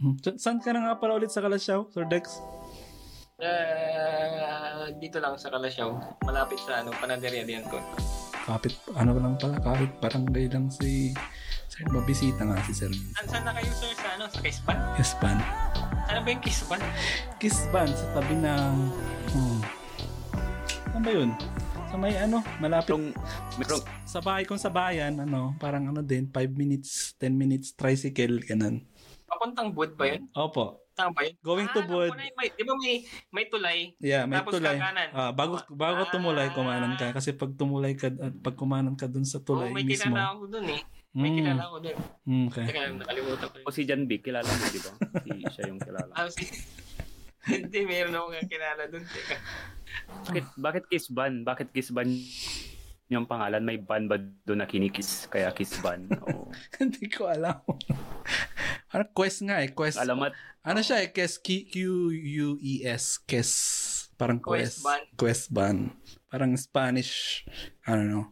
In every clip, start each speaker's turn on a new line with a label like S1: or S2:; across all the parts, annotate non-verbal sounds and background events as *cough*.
S1: Hmm. Sa- Saan ka na nga pala ulit sa Kalasyaw, Sir Dex?
S2: Ah, dito lang sa Kalasyaw, malapit sa ano, Panaderia de Anton.
S1: Kapit, ano lang pala, kapit barangay lang si Sir Mabisita nga si Sir
S2: Saan saan na kayo sir sa ano, sa Kispan?
S1: Kisban.
S2: Ano ba yung Kispan?
S1: Kisban sa tabi ng... Hmm. Saan ba yun? Sa may ano, malapit
S3: Merong, merong,
S1: sa bahay kung sa bayan, ano, parang ano din, 5 minutes, 10 minutes, tricycle, ganun.
S2: Papuntang Bud ba yun?
S1: Opo.
S2: Tama ba yun?
S1: Going to
S2: alam
S1: Bud.
S2: ko na yun. ano, May, di ba may, may tulay?
S1: Yeah, may
S2: Ah, Tapos
S1: tulay.
S2: kakanan.
S1: Ah, bago bago tumulay,
S2: Ah.
S1: kumanan ka. Kasi pag tumulay ka, at pag kumanan ka dun sa tulay
S2: Oo, Oh, may
S1: mismo.
S2: kilala ako dun eh. May
S1: Mm.
S2: kilala ako dun.
S1: Mm, okay.
S2: Teka, lang, nakalimutan ko. yun.
S3: o si John Vic, kilala mo, di ba? Si, siya yung kilala.
S2: Ah, *laughs* si- Hindi, meron ako nga kilala dun. Teka.
S3: Bakit, bakit Kiss Ban? Bakit Kiss Ban yung pangalan? May ban ba doon na kinikiss? Kaya Kiss Ban? O,
S1: *laughs* Hindi ko alam. Parang quest nga eh. Quest.
S3: alamat,
S1: Ano siya eh? Quest. Q-U-E-S. E, Quest. Parang quest.
S2: Quest ban.
S1: Quest ban. Parang Spanish. I don't know.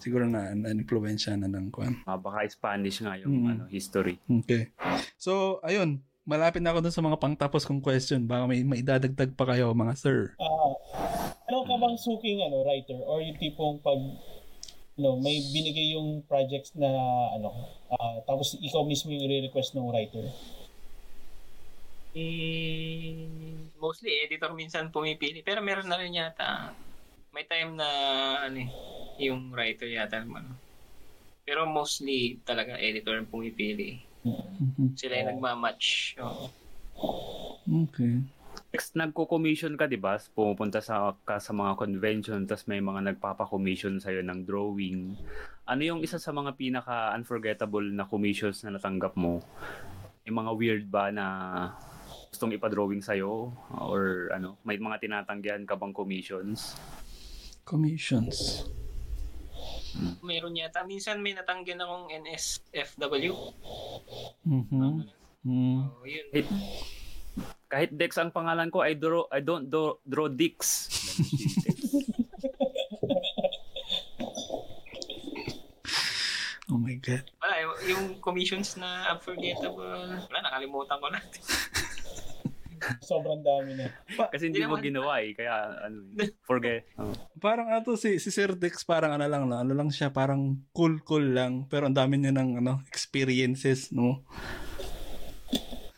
S1: Siguro na na-influensya na ng kwan.
S3: ah, baka Spanish nga yung
S1: Mm.
S3: ano, history.
S1: Okay. So, ayun. Malapit na ako dun sa mga pangtapos kong question. Baka may maidadagdag pa kayo, mga sir.
S4: Ah, ano ka bang suking ano, writer? Or yung tipong pag no, may binigay yung projects na ano, ah, tapos ikaw mismo yung re-request ng writer.
S2: Eh, mostly editor minsan pumipili. Pero meron na rin yata. May time na ano eh, yung writer yata naman. Pero mostly talaga editor ang pumipili. Sila yung nagmamatch. Oo.
S1: Okay.
S3: Next, nagko-commission ka, di ba? Pumupunta sa, ka sa mga convention, tapos may mga nagpapa-commission sa'yo ng drawing. Ano yung isa sa mga pinaka-unforgettable na commissions na natanggap mo? May mga weird ba na gustong ipa-drawing sa'yo? Or ano, may mga tinatanggihan ka bang commissions?
S1: Commissions.
S2: Meron yata. Minsan may natanggihan akong NSFW.
S1: Mm-hmm. Mm.
S2: Oo, yun.
S3: Kahit, kahit Dex ang pangalan ko, I, draw, I don't draw, draw dicks.
S1: Oh my God.
S2: Wala, y- yung commissions na unforgettable. Wala, nakalimutan ko na.
S4: Sobrang dami na.
S3: Kasi hindi mo ginawa eh, kaya ano, eh, forget. Oh.
S1: Parang ato si, si Sir Dex parang ano lang, no? ano lang siya, parang cool-cool lang. Pero ang dami niya ng ano, experiences, no?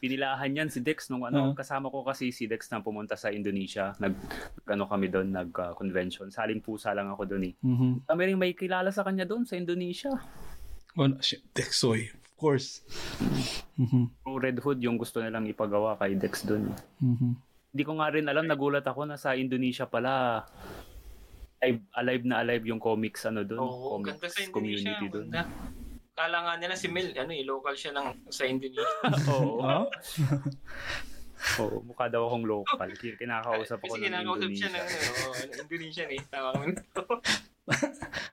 S3: pinilahan yan si Dex nung
S1: Oo.
S3: ano, kasama ko kasi si Dex na pumunta sa Indonesia. Nag ano kami doon, nag ah, convention. Saling pusa lang ako doon eh.
S1: Mm-hmm.
S3: Kami rin may kilala sa kanya doon sa Indonesia.
S1: Oh, no, shit, Dexoy, of course. Mm-hmm.
S3: Pro Red Hood yung gusto nilang ipagawa kay Dex doon. eh.
S1: Mm-hmm.
S3: Hindi ko nga rin alam, nagulat ako na sa Indonesia pala alive, alive na alive yung comics ano doon,
S2: Oo,
S3: comics
S2: ganda sa Indonesia.
S3: community doon.
S2: ganda. Kala nga nila si Mel, ano, eh, local siya ng, sa Indonesia.
S3: *laughs*
S1: *laughs*
S3: Oo,
S1: Oh?
S3: oo, mukha daw akong local. Kin- Kinakausap ako
S2: Kasi
S3: ng
S2: kinakausap siya ng
S3: Indonesia.
S2: ano, *laughs* Indonesian eh. Tama ko na.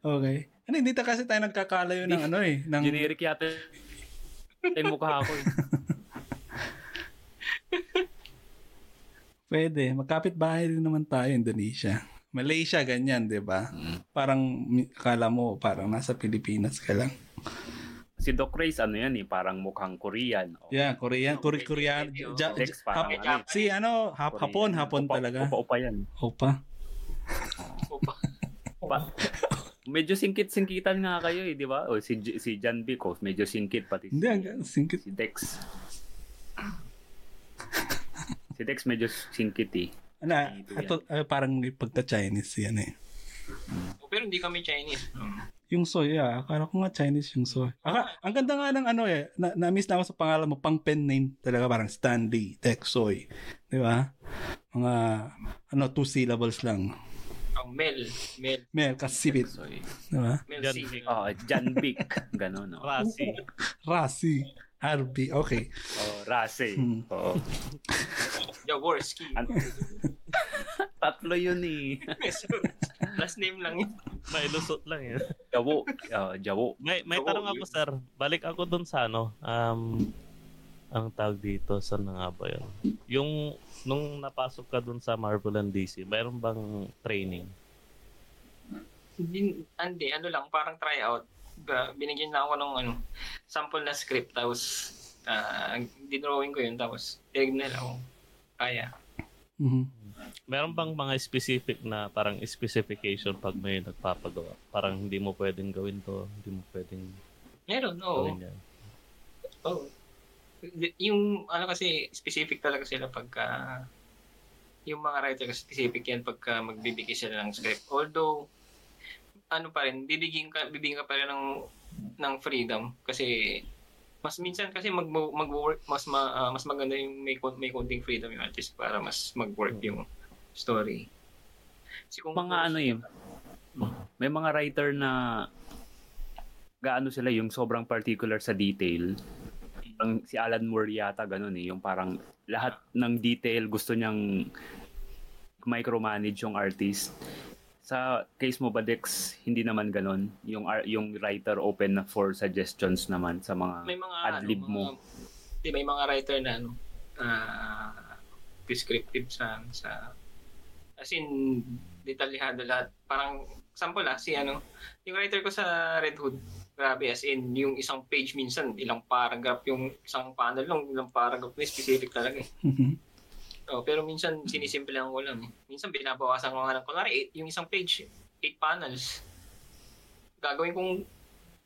S1: Okay. Ano, hindi ta kasi tayo nagkakalayo ng ano eh. Ng,
S3: Generic yata yung mukha ako eh.
S1: pwede, magkapit-bahay rin naman tayo, Indonesia. Malaysia, ganyan, di ba?
S3: Mm.
S1: Parang, mi- akala mo, parang nasa Pilipinas ka lang.
S3: si Doc Reyes ano yan eh, parang mukhang Korean. O,
S1: Yeah, Korean, Korean, Korean,
S2: Medyo-
S1: Ja-
S3: Dex
S1: Ja-
S3: parang
S1: Hap-
S2: ano eh.
S1: si ano, hap,
S3: Korean.
S1: hapon, hapon
S3: Upa-
S1: talaga.
S3: Upa-upa
S1: *laughs*
S3: yan.
S1: Opa.
S2: Opa.
S3: Pa- medyo singkit-singkitan nga kayo eh, di ba? O si, J- si John Vic, oh, medyo singkit pati si,
S1: Hindi, ang singkit.
S3: si Dex. si Dex medyo singkit eh.
S1: Ano,
S3: Dito yan.
S1: ato, ah, parang may pagka-Chinese yan eh.
S2: Oh, Pero hindi kami Chinese.
S3: Hmm.
S1: Yung soy, ah. Akala ko nga Chinese yung soy. Aka, ang ganda nga ng ano eh. Na, na-miss na ako sa pangalan mo. Pang pen name talaga parang Stanley, Tech Soy. Di ba? Mga, ano, two syllables lang.
S2: Ang Oh, Mel. Mel.
S1: Mel, kasipit.
S3: So, eh,
S1: Di ba?
S2: Mel
S5: Yan,
S2: C.
S5: Vic.
S3: oh, John Vic. Ganon, no?
S5: Klase.
S1: Rasi. RB. Okay.
S3: Oh, Rase.
S1: Hmm.
S3: Oh,
S2: Jaworski.
S1: *laughs*
S2: *laughs*
S3: An- tatlo yun eh.
S2: Last name lang yun.
S5: Mailusot lang yun.
S3: Jawo. Oh, Jawo.
S5: May, may
S2: Oo,
S5: tanong ako,
S2: yun.
S5: sir. Balik ako dun sa ano. Um, ang tawag dito, saan na nga ba yun? Yung, nung napasok ka dun sa Marvel and DC, mayroon bang training?
S2: Hindi, hindi, ano lang, parang tryout. Ba- Binigyan lang ako ng ano, sample na script. Tapos, ah, didrawing ko yun tapos tinignan nila kung kaya.
S1: Mhm.
S5: Meron bang mga specific na parang specification pag may nagpapagawa? Parang hindi mo pwedeng gawin to, hindi mo pwedeng
S2: Meron, oo.
S5: gawin yan.
S2: Oh. Yung ano kasi specific talaga sila pagka yung mga writer kasi specific yan pagka magbibigay sila ng script. Although ano pa rin, bibigyan ka bibigyan ka pa rin ng ng freedom kasi mas minsan kasi mag mag-work mas ma- ah, mas maganda yung may kon- may konting freedom yung artist para mas mag-work yung story. Kasi kung
S3: Mga ano yun, may mga writer na gaano sila yung sobrang particular sa detail. Ang si Alan Moore yata ganun eh, yung parang lahat ng detail gusto niyang micromanage yung artist. Sa case mo ba Dex, hindi naman ganun. Yung ar- yung writer open na for suggestions naman sa mga
S2: may mga
S3: adlib
S2: ano, mga- Di, may mga writer na ano, ah, descriptive sa sa as in detalyado lahat. Parang example ah, si ano, yung writer ko sa Red Hood, grabe as in yung isang page minsan ilang paragraph yung isang panel lang, ilang paragraph na specific talaga. Eh.
S1: Mhm.
S2: Oh, pero minsan sinisimple lang ko lang. eh. Minsan binabawasan ko nga lang. Kunwari, eight, yung isang page, eight panels. Gagawin kong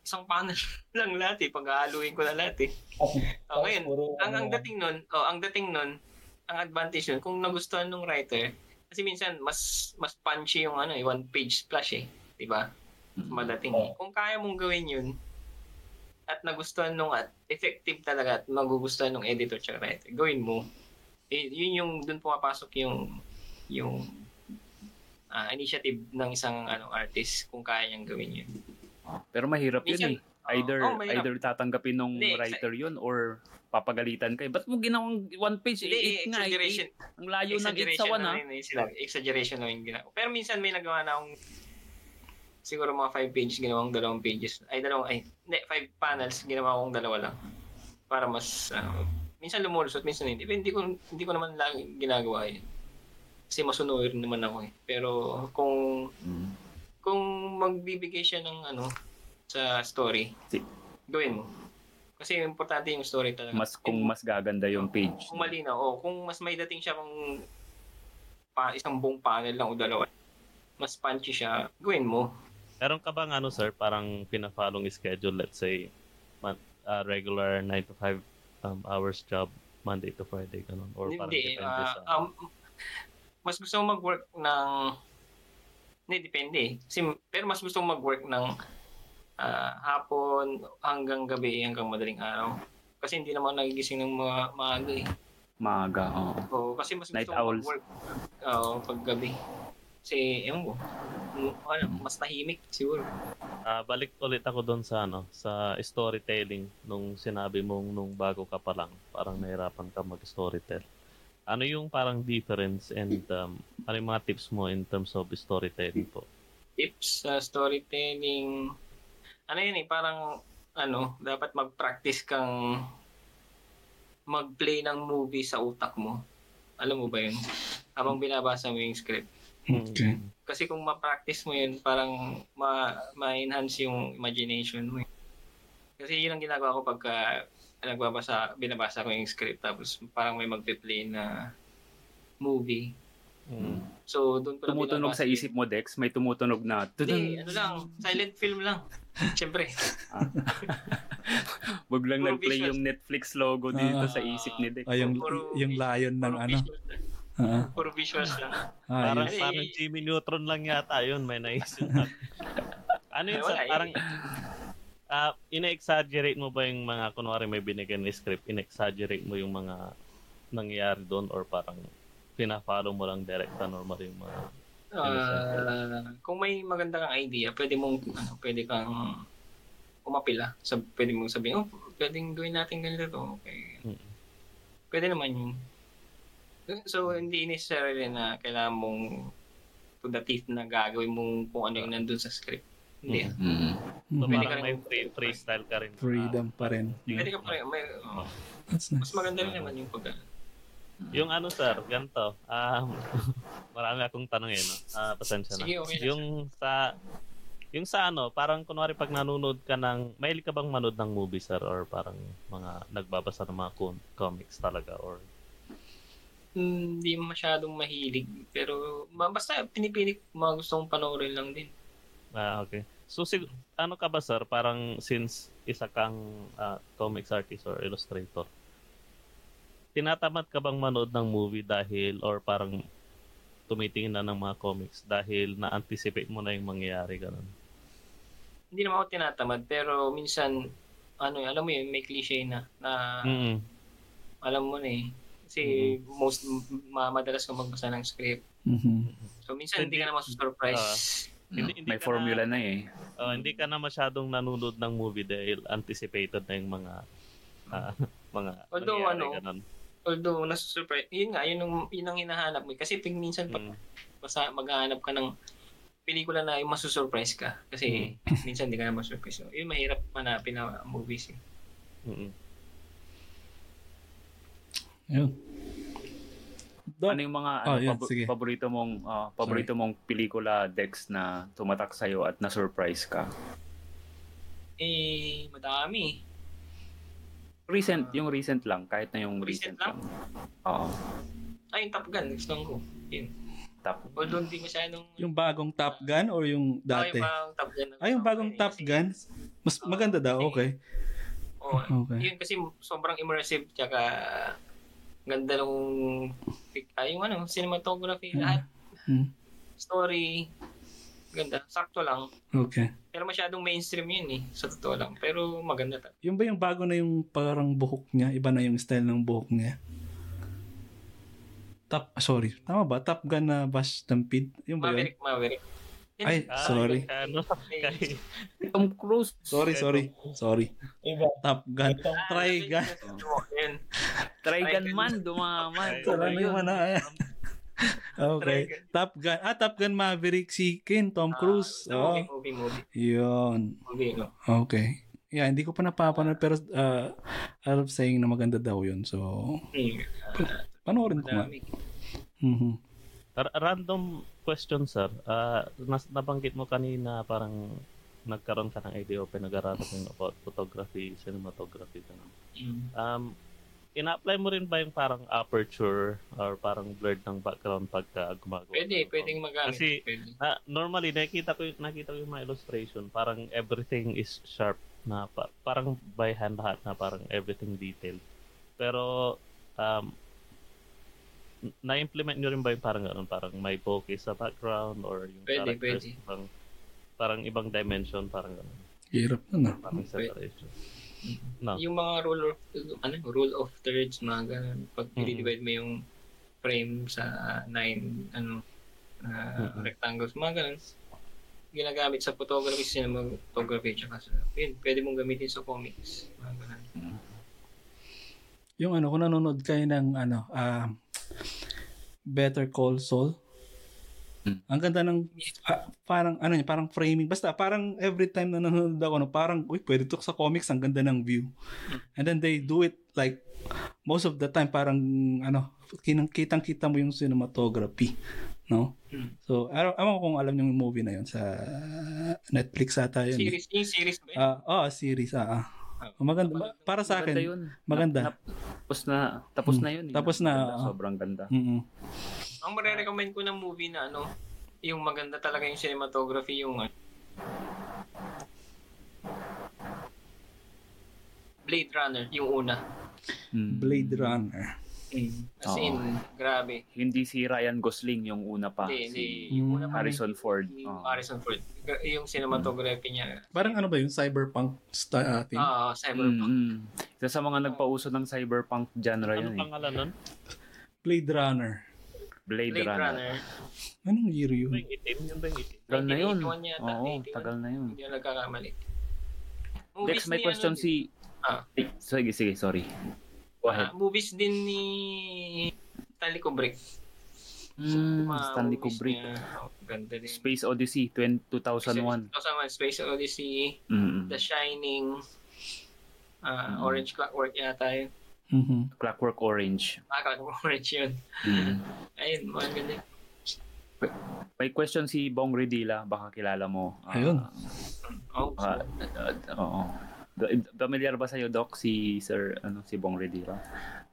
S2: isang panel *laughs* lang lahat eh. Pag-aaluin ko na lahat eh. Oh, ngayon,
S4: ano,
S2: ang, ang dating nun, oh, ang dating nun, ang advantage nun, kung nagustuhan ng writer, kasi minsan mas mas punchy yung ano, eh, one page splash eh, 'di ba? Mas Madating. eh. Kung kaya mong gawin 'yun at nagustuhan nung at effective talaga at magugustuhan ng editor at writer, gawin mo. Eh, yun yung doon pumapasok yung yung ah, initiative ng isang ano artist kung kaya niyang gawin 'yun.
S3: Pero mahirap
S2: Minsan-
S3: yun eh. Either
S2: Oh, mahirap.
S3: either tatanggapin ng
S2: Hindi,
S3: writer yun or papagalitan kayo. Ba't mo ginawang one page?
S2: Hindi,
S3: Eh, eight nga, eh,
S2: exaggeration.
S3: eight. Ang layo ng eight
S2: exaggeration
S3: sa one ah.
S2: na
S3: ha.
S2: rin eh sila. Exaggeration na yung ginawa. Pero minsan may nagawa na akong siguro mga five pages, ginawang dalawang pages. Ay, dalawang, ay, hindi, five panels, ginawa akong dalawa lang. Para mas, ano, minsan lumulusot, minsan hindi. Pero hindi ko, hindi ko naman lang ginagawa yun. Kasi masunurin naman ako eh. Pero kung,
S3: Mm.
S2: kung magbibigay siya ng ano, sa story,
S3: Si-
S2: gawin mo. Kasi importante yung story talaga.
S3: Mas kung
S2: And-
S3: mas gaganda yung page.
S2: kung malinaw, oh, kung mas may dating siya kung pa, isang buong panel lang o dalawa, mas punchy siya, gawin mo.
S5: Meron ka bang ano sir, parang pinafollow schedule, let's say, man, ah, regular 9 to 5 um, hours job, Monday to Friday, ganun? Or parang
S2: Hindi,
S5: depende
S2: ah,
S5: sa...
S2: um, mas gusto mo mag-work ng, hindi, depende eh. Kasi, pero mas gusto mo mag-work ng ah, hapon hanggang gabi, hanggang madaling araw. Kasi hindi naman nagigising ng mga maaga eh.
S3: Maaga, oo.
S2: Oo, kasi mas
S3: Night
S2: gusto ko
S3: owls.
S2: mag-work uh, paggabi. Kasi, ewan ko, m- ano, mas tahimik siguro.
S5: Ah, balik ulit ako doon sa ano, sa storytelling nung sinabi mong nung bago ka pa lang, parang nahirapan ka mag-storytell. Ano yung parang difference and um, ano yung mga tips mo in terms of storytelling po?
S2: tips sa storytelling. Ano yun eh, parang ano, dapat mag-practice kang mag-play ng movie sa utak mo. Alam mo ba yun? Habang binabasa mo yung script. Mm.
S1: Okay.
S2: Kasi kung ma-practice mo yun, parang ma- ma-enhance yung imagination mo. eh. Kasi yun ang ginagawa ko pagka nagbabasa, binabasa ko yung script tapos parang may magpe-play na movie.
S5: Mm.
S2: So, doon ko na
S3: Tumutunog
S2: binabasa
S3: sa
S2: yun.
S3: isip mo, Dex. May tumutunog na.
S2: Hindi,
S3: Tudun,
S2: ano lang, silent film lang. Siyempre.
S3: wag lang
S2: puro
S3: nag-play
S2: visuals.
S3: yung Netflix logo dito
S1: Ah.
S3: sa isip ni Dex.
S1: Ah, yung,
S2: Puro-
S1: yung lion ng
S2: Puro
S1: ano.
S2: visuals lang.
S1: Ah,
S2: Puro visuals lang.
S1: ah,
S5: Parang,
S1: yun.
S2: yun.
S5: parang Jimmy Neutron lang yata yun, may naisip na. ano yun
S2: Ay,
S5: sa
S2: wala eh.
S5: parang ah ina-exaggerate mo ba yung mga kunwari may binigyan na script, ina-exaggerate mo yung mga nangyayari doon or parang pinafollow mo lang direkta normal yung mga
S2: Ah, kung may maganda kang idea, pwede mong, ano, pwede kang umapila. Sa, pwede mong sabihin, oh, pwedeng gawin natin ganito to. Okay.
S5: Mm.
S2: Pwede naman yun. So, hindi necessarily na kailangan mong to the teeth na gagawin mong kung ano yung nandun sa script. Hindi.
S5: Mm.
S3: Mm.
S5: So,
S1: Mhm.
S2: Pwede ka
S5: parang
S2: rin-
S5: may free, freestyle ka rin.
S1: Freedom pa rin.
S2: Pwede ka pa rin, may, oh,
S1: That's nice.
S2: mas maganda rin naman yung pag, ah,
S5: Yung ano sir, ganito. *laughs* Um, marami akong tanong eh, no? Ah, pasensya na.
S2: Sige, okay na,
S5: yung sa Yung sa ano, parang kunwari pag nanonood ka ng, mahilig ka bang manood ng movie, sir? Or parang mga nagbabasa ng mga com- comics talaga? Or
S2: Hindi masyadong mahilig. Pero ma- basta pinipili ko mga gusto kong panoorin lang din.
S5: Ah, okay. So, sig- ano ka ba, sir? Parang since isa kang ah, comics artist or illustrator, tinatamad ka bang manood ng movie dahil or parang tumitingin na ng mga comics dahil na-anticipate mo na yung mangyayari ganun?
S2: Hindi naman ako tinatamad pero minsan ano eh, alam mo yun, may cliche na na
S5: Mm-mm.
S2: alam mo na eh. Kasi most ma- madalas ko magbasa ng script.
S1: Mhm.
S2: So minsan hindi
S5: Hindi-
S2: ka na masusurprise.
S5: Hindi, hindi
S3: May
S5: ka
S3: formula
S5: Na,
S3: na eh.
S5: oh, hindi ka na masyadong nanonood ng movie dahil anticipated na yung mga ah, *laughs* mga
S2: Although,
S5: nangyayari,
S2: ano,
S5: ganun.
S2: Although nasusurprise, yun nga, yun ang, yun ang hinahanap mo. eh. Kasi pag minsan pag
S5: Mm.
S2: basta maghahanap ka ng pelikula na yung masusurprise ka. Kasi *clears throat* minsan hindi ka na masurprise. So, yun mahirap manapin na movies. eh.
S5: Mm-mm.
S1: Ayun. Doc,
S3: Ano yung mga ano,
S1: Oh, yun,
S3: pabo-
S1: sige.
S3: paborito mong ah, paborito mong pelikula Dex na tumatak sa at na surprise ka?
S2: Eh, madami.
S3: Recent, yung recent lang, kahit na yung recent,
S2: Ah. Recent
S3: lang. Oo.
S2: Ay, yung Top Gun. Gusto ko. Yun.
S3: Top.
S2: Although hindi masyadong...
S1: yung bagong Top Gun or yung dati?
S2: Ay, yung bagong Top Gun.
S1: Ay, yung bagong Top
S2: Kasi-
S1: Gun? Mas maganda daw, okay.
S2: Oo.
S1: Okay.
S2: Yun kasi sobrang immersive. Tsaka ganda nung... Ay, yung ano, cinematography,
S1: Mm.
S2: lahat.
S1: Mm.
S2: Story. Ganda. Sakto lang.
S1: Okay.
S2: Pero masyadong mainstream yun eh. Sa totoo lang. Pero maganda talaga.
S1: Yung ba yung bago na yung parang buhok niya? Iba na yung style ng buhok niya? Top, ah, sorry. Tama ba? Top Gun na Bash Stampede? Yung Ano ba yun?
S2: Maverick, Maverick. Yun,
S1: Ay,
S5: Ah,
S1: sorry.
S5: Ano,
S1: *laughs*
S2: eh,
S5: kay-
S3: Tom Cruise.
S1: Sorry, sorry. Sorry.
S4: Iba.
S1: Top Gun.
S4: Itong
S2: Ah,
S1: Try
S2: *laughs*
S1: gun.
S2: Yun.
S3: Trigan
S2: Trigun.
S3: man, dumaman.
S5: Trigun.
S1: Sarang yung ano. eh. *laughs* Okay.
S2: Try gun.
S1: Top Gun. Ah, Top Gun Maverick si Ken, Tom Cruise.
S2: Ah,
S1: Oh,
S2: Movie, movie, movie.
S1: yun.
S2: movie no?
S1: Okay. Yeah, hindi ko pa napapanood pero uh, Arab saying na maganda daw yun. So,
S2: Hmm.
S1: panoorin ko nga.
S2: Dami.
S1: Mhm.
S5: Ra- Random question, sir. Ah, nas- nabanggit mo kanina parang nagkaroon ka ng idea o pinag-aralan mo yung about photography, cinematography. Ganun.
S2: Hmm.
S5: Um, ina-apply mo rin ba yung parang aperture or parang blurred ng background pagka gumagawa?
S2: Pwede,
S5: ka ng
S2: pwedeng magamit.
S5: Kasi-
S2: pwede.
S5: na Ah, normally nakita ko nakita ko yung mga illustration parang everything is sharp na pa- parang by hand lahat na parang everything detailed pero um n- na-implement nyo rin ba yung parang ganun parang may bokeh sa background or yung
S2: Pwede,
S5: characters
S2: pwede.
S5: Parang, parang ibang dimension parang ganun
S1: Hirap na na.
S5: parang
S2: Pwede.
S5: separation Ah.
S2: Yung mga rule of, ano, rule of thirds, mga ganun. Pag
S5: Mm.
S2: i-divide mo yung frame sa nine, ano, ah,
S5: Mm-mm.
S2: rectangles, mga ganun. Ginagamit sa photography, cinematography, tsaka sa, yun, pwede mong gamitin sa comics. Mga ganun.
S1: Yung ano, kung nanonood kayo ng ano, ah, Better Call Saul,
S3: Hmm.
S1: ang ganda ng ah, parang ano yun, parang framing. Basta parang every time na nanonood ako, ano, parang, uy, pwede to sa comics, ang ganda ng view. And then they do it like, most of the time, parang ano, kitang kita mo yung cinematography. No?
S2: Hmm.
S1: So, araw, alam ko kung alam yung movie na yun sa Netflix ata yun. eh.
S2: Series, yung series ba yun?
S1: Ah, oh, series. Ah, ah. Maganda. ma- Para sa
S3: Maganda
S1: akin,
S3: yun.
S1: maganda.
S3: Nap- nap- tapos na, tapos
S1: Mm.
S3: na yun. eh.
S1: Tapos na,
S3: Maganda,
S1: oo.
S3: Sobrang ganda.
S1: Mm-mm.
S5: Ah.
S2: Ang marirecommend ko ng movie na ano, yung maganda talaga yung cinematography, yung ano, Blade Runner, yung una.
S3: Mm.
S1: Blade Runner.
S5: Mm.
S2: As in, grabe.
S3: Hindi si Ryan Gosling yung una pa.
S2: Hindi,
S3: si
S2: hindi. Yung una pa,
S3: Harrison Ford. Oh.
S2: yung
S3: Oo.
S2: Harrison Ford. Gra- Yung cinematography niya.
S1: Parang ano ba yun? Cyberpunk style uh, thing?
S2: Ah, cyberpunk.
S3: Mm, mm. Isa sa mga nagpauso ng cyberpunk genre yun
S5: ano
S3: eh.
S5: pangalan nun?
S1: Blade Runner.
S3: Blade,
S2: Blade
S3: Runner.
S2: Runner.
S1: Anong year
S5: Yun
S1: yun?
S5: ba yung itim yun ba yung itim
S3: Tagal na yun.
S2: 1981 yata,
S3: Oo,
S2: 81.
S3: tagal na yun.
S2: Hindi ako nagkakamali.
S3: Dex, may
S2: ni,
S3: question
S2: ano,
S3: si...
S2: Ah.
S3: Sige, sige, sorry. Go
S2: ah,
S3: ahead.
S2: movies din ni Stanley Kubrick.
S3: Mm,
S2: Mga
S3: Stanley
S2: movies
S3: Kubrick.
S2: niya. Oh, ganda din.
S3: Space Odyssey 20- 2001.
S2: 2001, Space Odyssey,
S3: Mm.
S2: The Shining, ah,
S3: Mm.
S2: Orange Clockwork yata yun.
S1: Mhm.
S3: Clockwork
S2: *laughs*
S3: Orange.
S2: Ah, Clockwork Orange yun.
S3: Mm.
S2: Ayun, mga ganda.
S3: May question si Bong Redila, baka kilala mo. Ah,
S1: Ayun.
S2: Oh,
S3: baka, ah, ah, oo. G- Familiar ba sa'yo, Doc, si Sir, ano, si Bong Redila?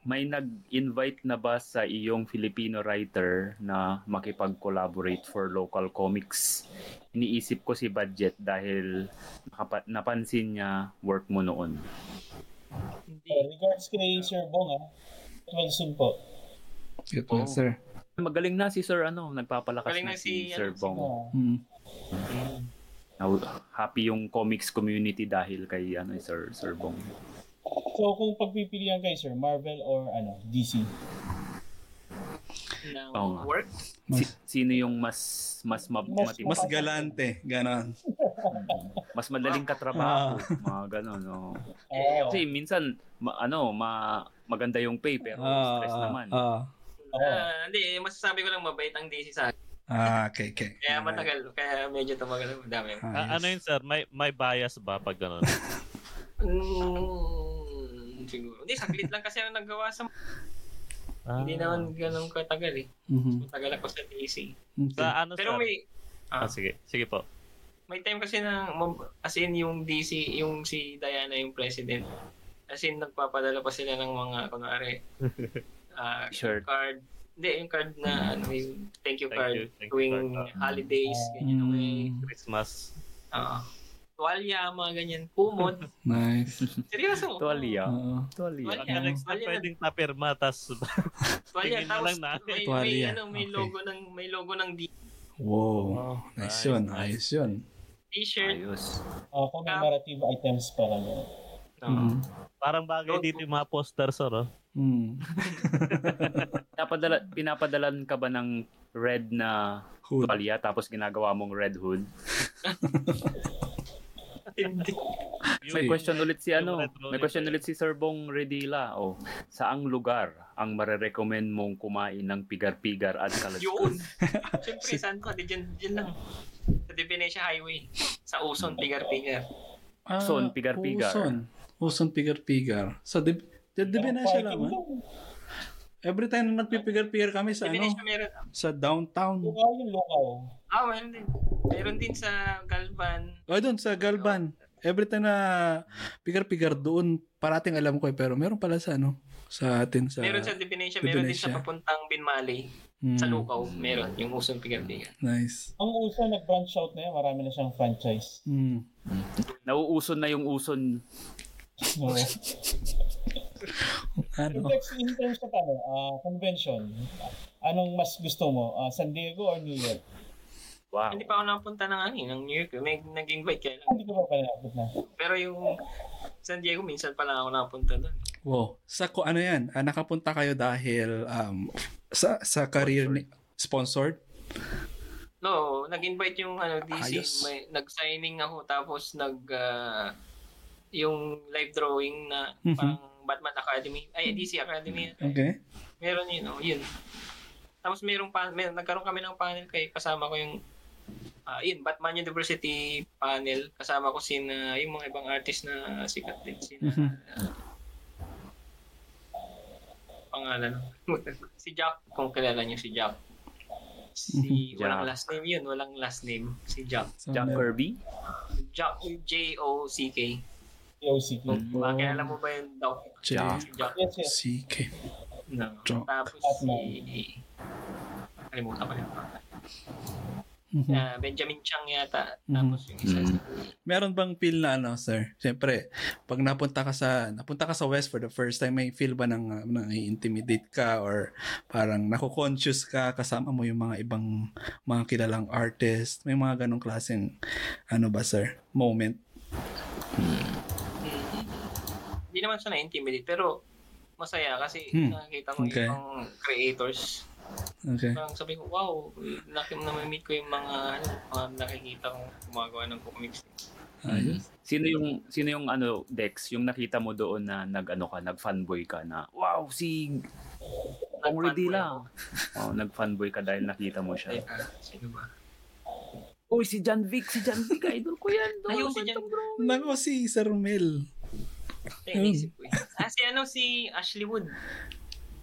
S3: May nag-invite na ba sa iyong Filipino writer na makipag-collaborate for local comics? Iniisip ko si Budget dahil nakapa- napansin niya work mo noon.
S4: Uh,
S2: hindi.
S4: regards kay Sir Bong ah. Well, soon po.
S1: Ito,
S3: Oo.
S1: sir.
S3: Magaling na si Sir, ano, nagpapalakas
S2: Magaling
S3: na,
S2: na si,
S3: si,
S2: ano,
S3: Sir
S2: si
S3: Bong.
S4: Ah,
S1: Mm.
S3: Now, happy yung comics community dahil kay ano eh, Sir Sir Bong.
S4: so, kung pagpipilian kay Sir, Marvel or ano, DC?
S2: Now,
S3: Oo nga.
S2: work.
S3: Si, sino yung mas mas ma-
S4: Mas-
S3: matibay?
S1: Mas galante, ganon.
S3: mas madaling
S1: Ah.
S3: katrabaho, mga ganun, no.
S2: Eh,
S4: Ah,
S3: Kasi minsan ma- ano, ma, maganda yung pay pero
S1: Ah,
S3: stress naman.
S1: ah,
S4: Oo.
S2: Ah, hindi, masasabi ko lang mabait ang DC sa akin.
S1: ah, okay, okay.
S2: Kaya matagal, kaya medyo tumagal ang dami.
S1: Ah,
S5: A- ano yun, sir? May, may bias ba pag ganun?
S2: Mm, siguro. Hindi, saglit lang kasi ako naggawa sa...
S5: Ah.
S2: Hindi naman ganun katagal eh.
S1: Mhm.
S2: Matagal ako sa DC.
S1: Okay.
S5: Sa ano,
S2: Pero
S5: sir?
S2: may...
S5: Ah,
S2: Ah,
S5: sige. Sige po.
S2: may time kasi na... mab- As in, yung DC, yung si Diana, yung president. As in, nagpapadala pa sila ng mga,
S5: *laughs*
S2: kunwari, ah,
S3: Sure.
S2: card. Hindi, yung card na, ano, yung thank you
S5: Thank
S2: card.
S5: you, thank you
S2: Tuwing
S5: card. Ah.
S2: holidays, ganyan
S1: Mm.
S2: away.
S5: Christmas.
S2: Oo. Tuwalya, mga ganyan. Kumot.
S5: *laughs*
S1: Nice. Uh-huh.
S2: Seryoso.
S3: Tuwalya.
S1: Oo.
S3: Tuwalya.
S5: Pagka next na pwedeng papirma, tas
S2: Tuwalya,
S5: Tingin na
S2: tapos
S5: lang natin.
S2: may, may,
S1: Tuwalya.
S2: ano, may
S1: Okay.
S2: logo ng may logo ng D-
S5: Oh,
S1: Wow. Nice yun, nice yun.
S2: t-shirt.
S3: Ayos.
S4: Ah, commemorative items para gano'n.
S2: Oo.
S1: Mm.
S5: parang bagay
S2: Notebook.
S5: dito yung mga poster, sir, oh.
S1: Mm.
S3: Pinapadala, pinapadalan ka ba ng red na
S1: Hood.
S3: tuwalya tapos ginagawa mong red hood?
S2: *laughs* Hindi.
S1: Sige.
S3: May question ulit si ano,
S5: Yung retro
S3: may question
S5: nito.
S3: ulit si Sir Bong Redila. Oh, saang lugar ang marerecommend mong kumain ng pigar-pigar at
S1: *laughs*
S2: Yun.
S3: kalaskas?
S2: Siyempre, saan ka? Di dyan, dyan lang. Sa Divinesia Highway. Sa Uson, pigar-pigar.
S1: Ah,
S3: Uson, pigar-pigar.
S1: Uson. Uson, pigar-pigar. Sa dib di, di Binasia lang. ah. Every time na nagpipigar-pigar kami sa ano,
S2: Divinesia meron.
S1: sa downtown.
S4: Lukaw yung oh. lukaw.
S2: Ah, meron din. Meron din sa Galvan.
S1: O doon Oh, sa Galban. Every time na pigar-pigar doon, parating alam ko eh, pero meron pala sa ano, sa atin sa...
S2: Meron sa Divinesia, meron din sa
S1: Divinesia.
S2: papuntang Binmaley.
S1: Mm,
S2: Sa Lukaw, meron. Yung Uson, pigar-pigar.
S1: Nice.
S4: Ang uso, nag-branch out na yan. Marami na siyang
S1: *laughs*
S4: franchise.
S1: Mm.
S3: Nauuson na yung uson.
S4: So,
S1: Ano?
S4: Reflex in terms of ano, ah, convention, anong mas gusto mo? Ah, San Diego or New York?
S3: Wow.
S2: Hindi pa ako napunta ng ano, eh, ng New York. May nag-invite kaya lang.
S4: Hindi ko pa pala naabot na.
S2: Pero yung San Diego, minsan pa lang ako napunta doon.
S1: Wow. Sa ko ano yan? Ah, nakapunta kayo dahil um, sa sa career ni... Sponsored?
S2: No, nag-invite yung ano DC,
S1: Ayos.
S2: may, nag-signing ako tapos nag ah, yung live drawing na
S1: Mhm.
S2: pang Batman Academy, ay DC Academy.
S1: Okay.
S2: Meron yun, oh, yun. Tapos merong pa, mer- nagkaroon kami ng panel kay kasama ko yung ah, yun, Batman University panel. Kasama ko sina yung mga ibang artist na sikat din sina ah,
S1: Mhm.
S2: pangalan. *laughs* si Jack, kung kilala niyo si Jack. Si
S3: Mhm.
S2: walang
S3: Jack.
S2: last name yun, walang last name si Jack.
S1: So,
S3: Jack
S1: meron-
S3: Kirby?
S2: Jack J O C K.
S4: DOCK.
S1: Mhm.
S2: Makilala mo ba yung Doc?
S1: Jack.
S2: Si Jack.
S4: Yes, yes.
S1: CK.
S2: No.
S1: Jack.
S2: Tapos si... Kalimutan ko yung pangalan.
S1: Mhm.
S2: Ah, Benjamin Chang yata.
S1: Mhm.
S2: Tapos yung isa.
S3: Mhm.
S1: Meron bang feel na ano, sir? Siyempre, pag napunta ka sa napunta ka sa West for the first time, may feel ba ng uh, na intimidate ka or parang nako-conscious ka kasama mo yung mga ibang mga kilalang artist? May mga ganong klaseng ano ba, sir? Moment.
S2: Mhm. Hindi naman siya na-intimidate, pero masaya kasi
S1: Hmm.
S2: nakikita ko
S1: Okay.
S2: yung ibang creators.
S1: Okay.
S2: Parang sabi ko, wow, laki na may meet ko yung mga, ano, mga nakikita kong gumagawa ng comics.
S3: Mm-hmm.
S1: Ayos.
S3: Sino yung sino yung ano Dex, yung nakita mo doon na nag-ano ka, nag-fanboy ka na. Wow, si Bong Redila. Oh, nag-fanboy ka dahil nakita mo siya.
S2: Teka, sino ah, ba?
S3: *laughs* Uy, si John Vic, si John Vic, idol ko yan. Doon,
S2: Ayun, si John.
S1: Nako si Sir Mel.
S2: Teka, naisip ko eh. Ah, si ano, si Ashley Wood.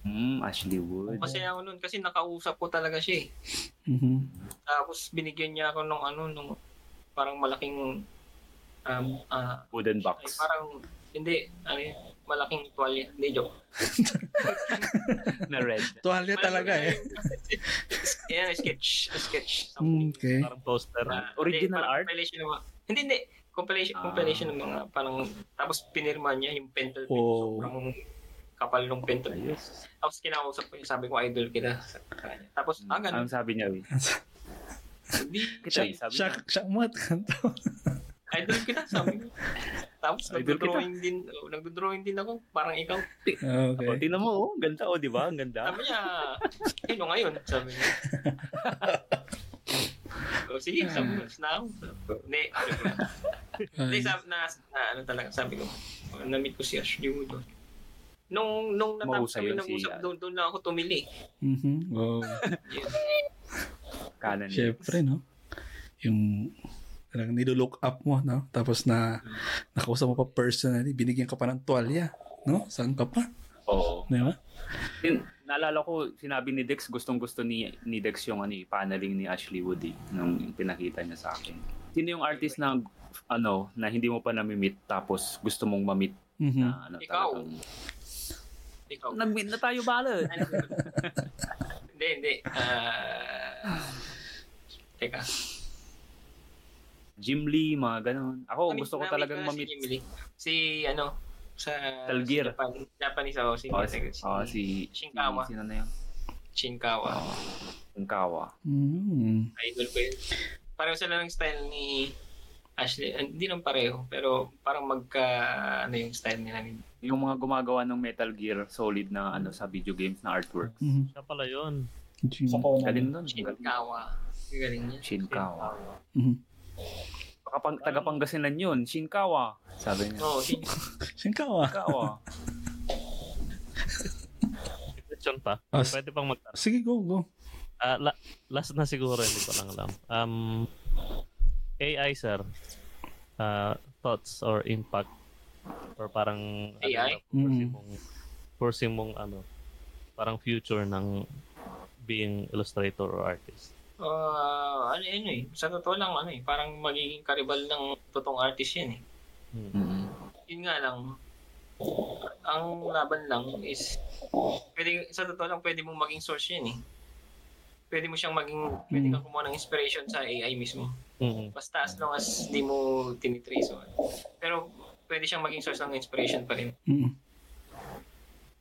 S3: Mm, Ashley Wood.
S2: Masaya ako nun kasi nakausap ko talaga siya eh.
S1: Mhm.
S2: Tapos binigyan niya ako ng ano, nung parang malaking um, ah, ay, *laughs*
S3: Wooden box.
S2: parang, hindi, ano yun, malaking tuwalya. Hindi, joke.
S3: na red.
S1: Tuwalya talaga eh.
S2: Yan, sketch. Sketch.
S1: Hmm,
S2: something.
S1: Okay.
S5: Parang poster.
S2: Ah,
S3: Original
S2: parang
S3: art?
S2: Compilation ng mga, hindi, hindi. Compilation,
S3: Ah.
S2: compilation ng mga parang, tapos pinirma niya yung pentel. pin.
S1: Oh.
S2: Sobrang kapal ng pentel. pin.
S3: Ayos.
S2: Tapos kinausap ko, yun, sabi ko, idol kita. sa kanya. Tapos, ah, ganun.
S3: Ang sabi niya, eh.
S2: Hindi,
S3: Kita, eh, sabi niya.
S1: Shak, shak mo at kanto.
S2: idol kita, sabi ko. Tapos,
S3: Idol kita.
S2: nagdo-drawing din, oh, nagdo-drawing din ako, parang ikaw.
S3: Okay. Oh,
S1: Okay.
S3: tingnan mo, oh, ganda, oh, di ba? Ang ganda.
S2: Sabi niya, sino ngayon? Sabi
S3: *laughs*
S2: niya. o sige, sabi ko, na ako. Hindi, sabi ko. Hindi,
S1: Ayos.
S2: sabi na, na, ano talaga, sabi ko, na-meet ko si Ashley Wood doon. Nung, nung natapos
S3: Mausay
S2: kami
S3: yun
S2: ng
S3: si-
S2: usap, doon, doon na ako tumili.
S1: Mhm. Wow.
S2: Yun.
S3: Kanan niya.
S1: Siyempre, no? Yung talagang nilo-look up mo, no? Tapos na nakausap mo pa personally, binigyan ka pa ng tuwalya, no? Saan ka pa?
S3: Oo.
S1: Di ba?
S3: Yun, Naalala ko, sinabi ni Dex, gustong-gusto ni, ni Dex yung ano, eh, paneling ni Ashley Wood eh, nung pinakita niya sa akin. Sino yung artist na ano, na hindi mo pa nami-meet tapos gusto mong ma-meet
S1: Mhm.
S3: na ano,
S2: Ikaw.
S3: talagang-
S2: Ikaw.
S3: Nag-meet na tayo bala.
S2: Ano? hindi, hindi. Ah, teka.
S3: Jim Lee, mga ganun. Ako,
S2: Na-meet-
S3: Oh, gusto ko
S2: na-meet
S3: talagang
S2: na
S3: ma-meet.
S2: Si, Jimmy Lee. si ano, sa
S3: Talgir.
S2: sa Japan, Japanese ako, si,
S3: Oh,
S2: si,
S3: si, oh, si,
S2: Shinkawa.
S3: si- Sino na yun?
S2: Shinkawa.
S3: Oh, Shinkawa.
S1: Mm.
S2: Idol ko yun. Parang sila ng style ni Ashley. Ah, Hindi lang pareho, pero parang magka, ano yung style nila. ni-
S3: Yung mga gumagawa ng Metal Gear Solid na ano sa video games na artwork.
S1: Mhm.
S5: Siya pala yun.
S1: Jim.
S4: Sa
S6: Hmm,
S4: Conan.
S3: Galing nun. Galing.
S2: Shinkawa. Ang Galing niya.
S3: Shinkawa.
S1: Mhm.
S3: Baka pang, taga Pangasinan yun. Shinkawa. Sabi niya.
S2: Oo, oh, Shin-
S1: Shinkawa.
S3: Shinkawa.
S5: Question pa.
S1: Ah, s-
S5: Pwede pang mag
S1: sige, go, go.
S5: Ah, la- last na siguro, hindi ko lang alam. Um, AI, sir. Ah, thoughts or impact or parang ano
S2: AI?
S5: na, foresee
S1: Mm.
S5: mong, foresee mong ano, parang future ng being illustrator or artist.
S2: Ah, ano yun eh. Sa totoo lang, ano eh. Parang magiging karibal ng totoong artist yan eh.
S5: Hmm.
S3: Mm.
S2: Yun nga lang. Ang laban lang is, pwede, sa totoo lang, pwede mong maging source yan eh. Pwede mo siyang maging, pwede kang kumuha ng inspiration sa AI mismo.
S5: Mm.
S2: Basta as long as di mo tinitrace o ano. Pero pwede siyang maging source ng inspiration pa rin.
S1: Mhm.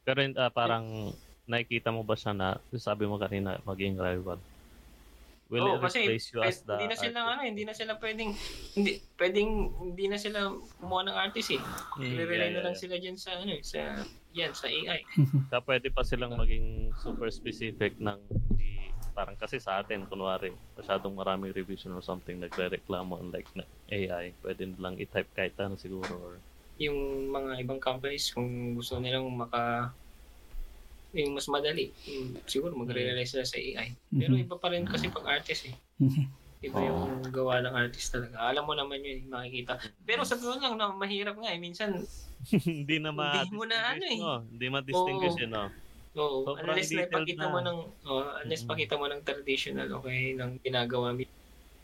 S5: Pero ah, parang nakikita mo ba siya na sabi mo kanina maging rival? Will
S2: Oo,
S5: it replace you
S2: pwed-
S5: as the
S2: hindi na sila ano,
S5: artist?
S2: hindi na sila pwedeng hindi pwedeng hindi na sila kumuha ng artist eh. Mm,
S5: Hmm, yeah,
S2: na
S5: yeah,
S2: lang
S5: yeah.
S2: sila diyan sa ano, eh, sa yan sa AI.
S5: Kaya pwede pa silang maging super specific ng hindi parang kasi sa atin kunwari masyadong maraming revision or something nagre-reklamo unlike na AI pwede nilang i-type kahit ano siguro
S2: *laughs*
S5: or
S2: Yung mga ibang companies kung gusto nilang maka yung mas madali, yung siguro magre-rely sila sa AI. Pero
S5: Mm-hmm.
S1: Mhm.
S2: iba pa rin kasi pag artist eh.
S1: Mhm.
S2: Iba
S5: Oh.
S2: yung gawa ng artist talaga. Alam mo naman yun, eh, makikita. Pero sa totoo lang, na, mahirap nga eh. Minsan,
S5: hindi na ma
S2: Hindi mo na ano eh.
S5: no? hindi ma-distinguish
S2: Oo.
S5: yun no?
S2: Oo,
S5: Sobrang
S2: unless na
S5: detailed
S2: ipakita
S5: na.
S2: mo ng oh, unless
S5: Mm.
S2: pakita mo ng traditional okay ng ginagawa mo.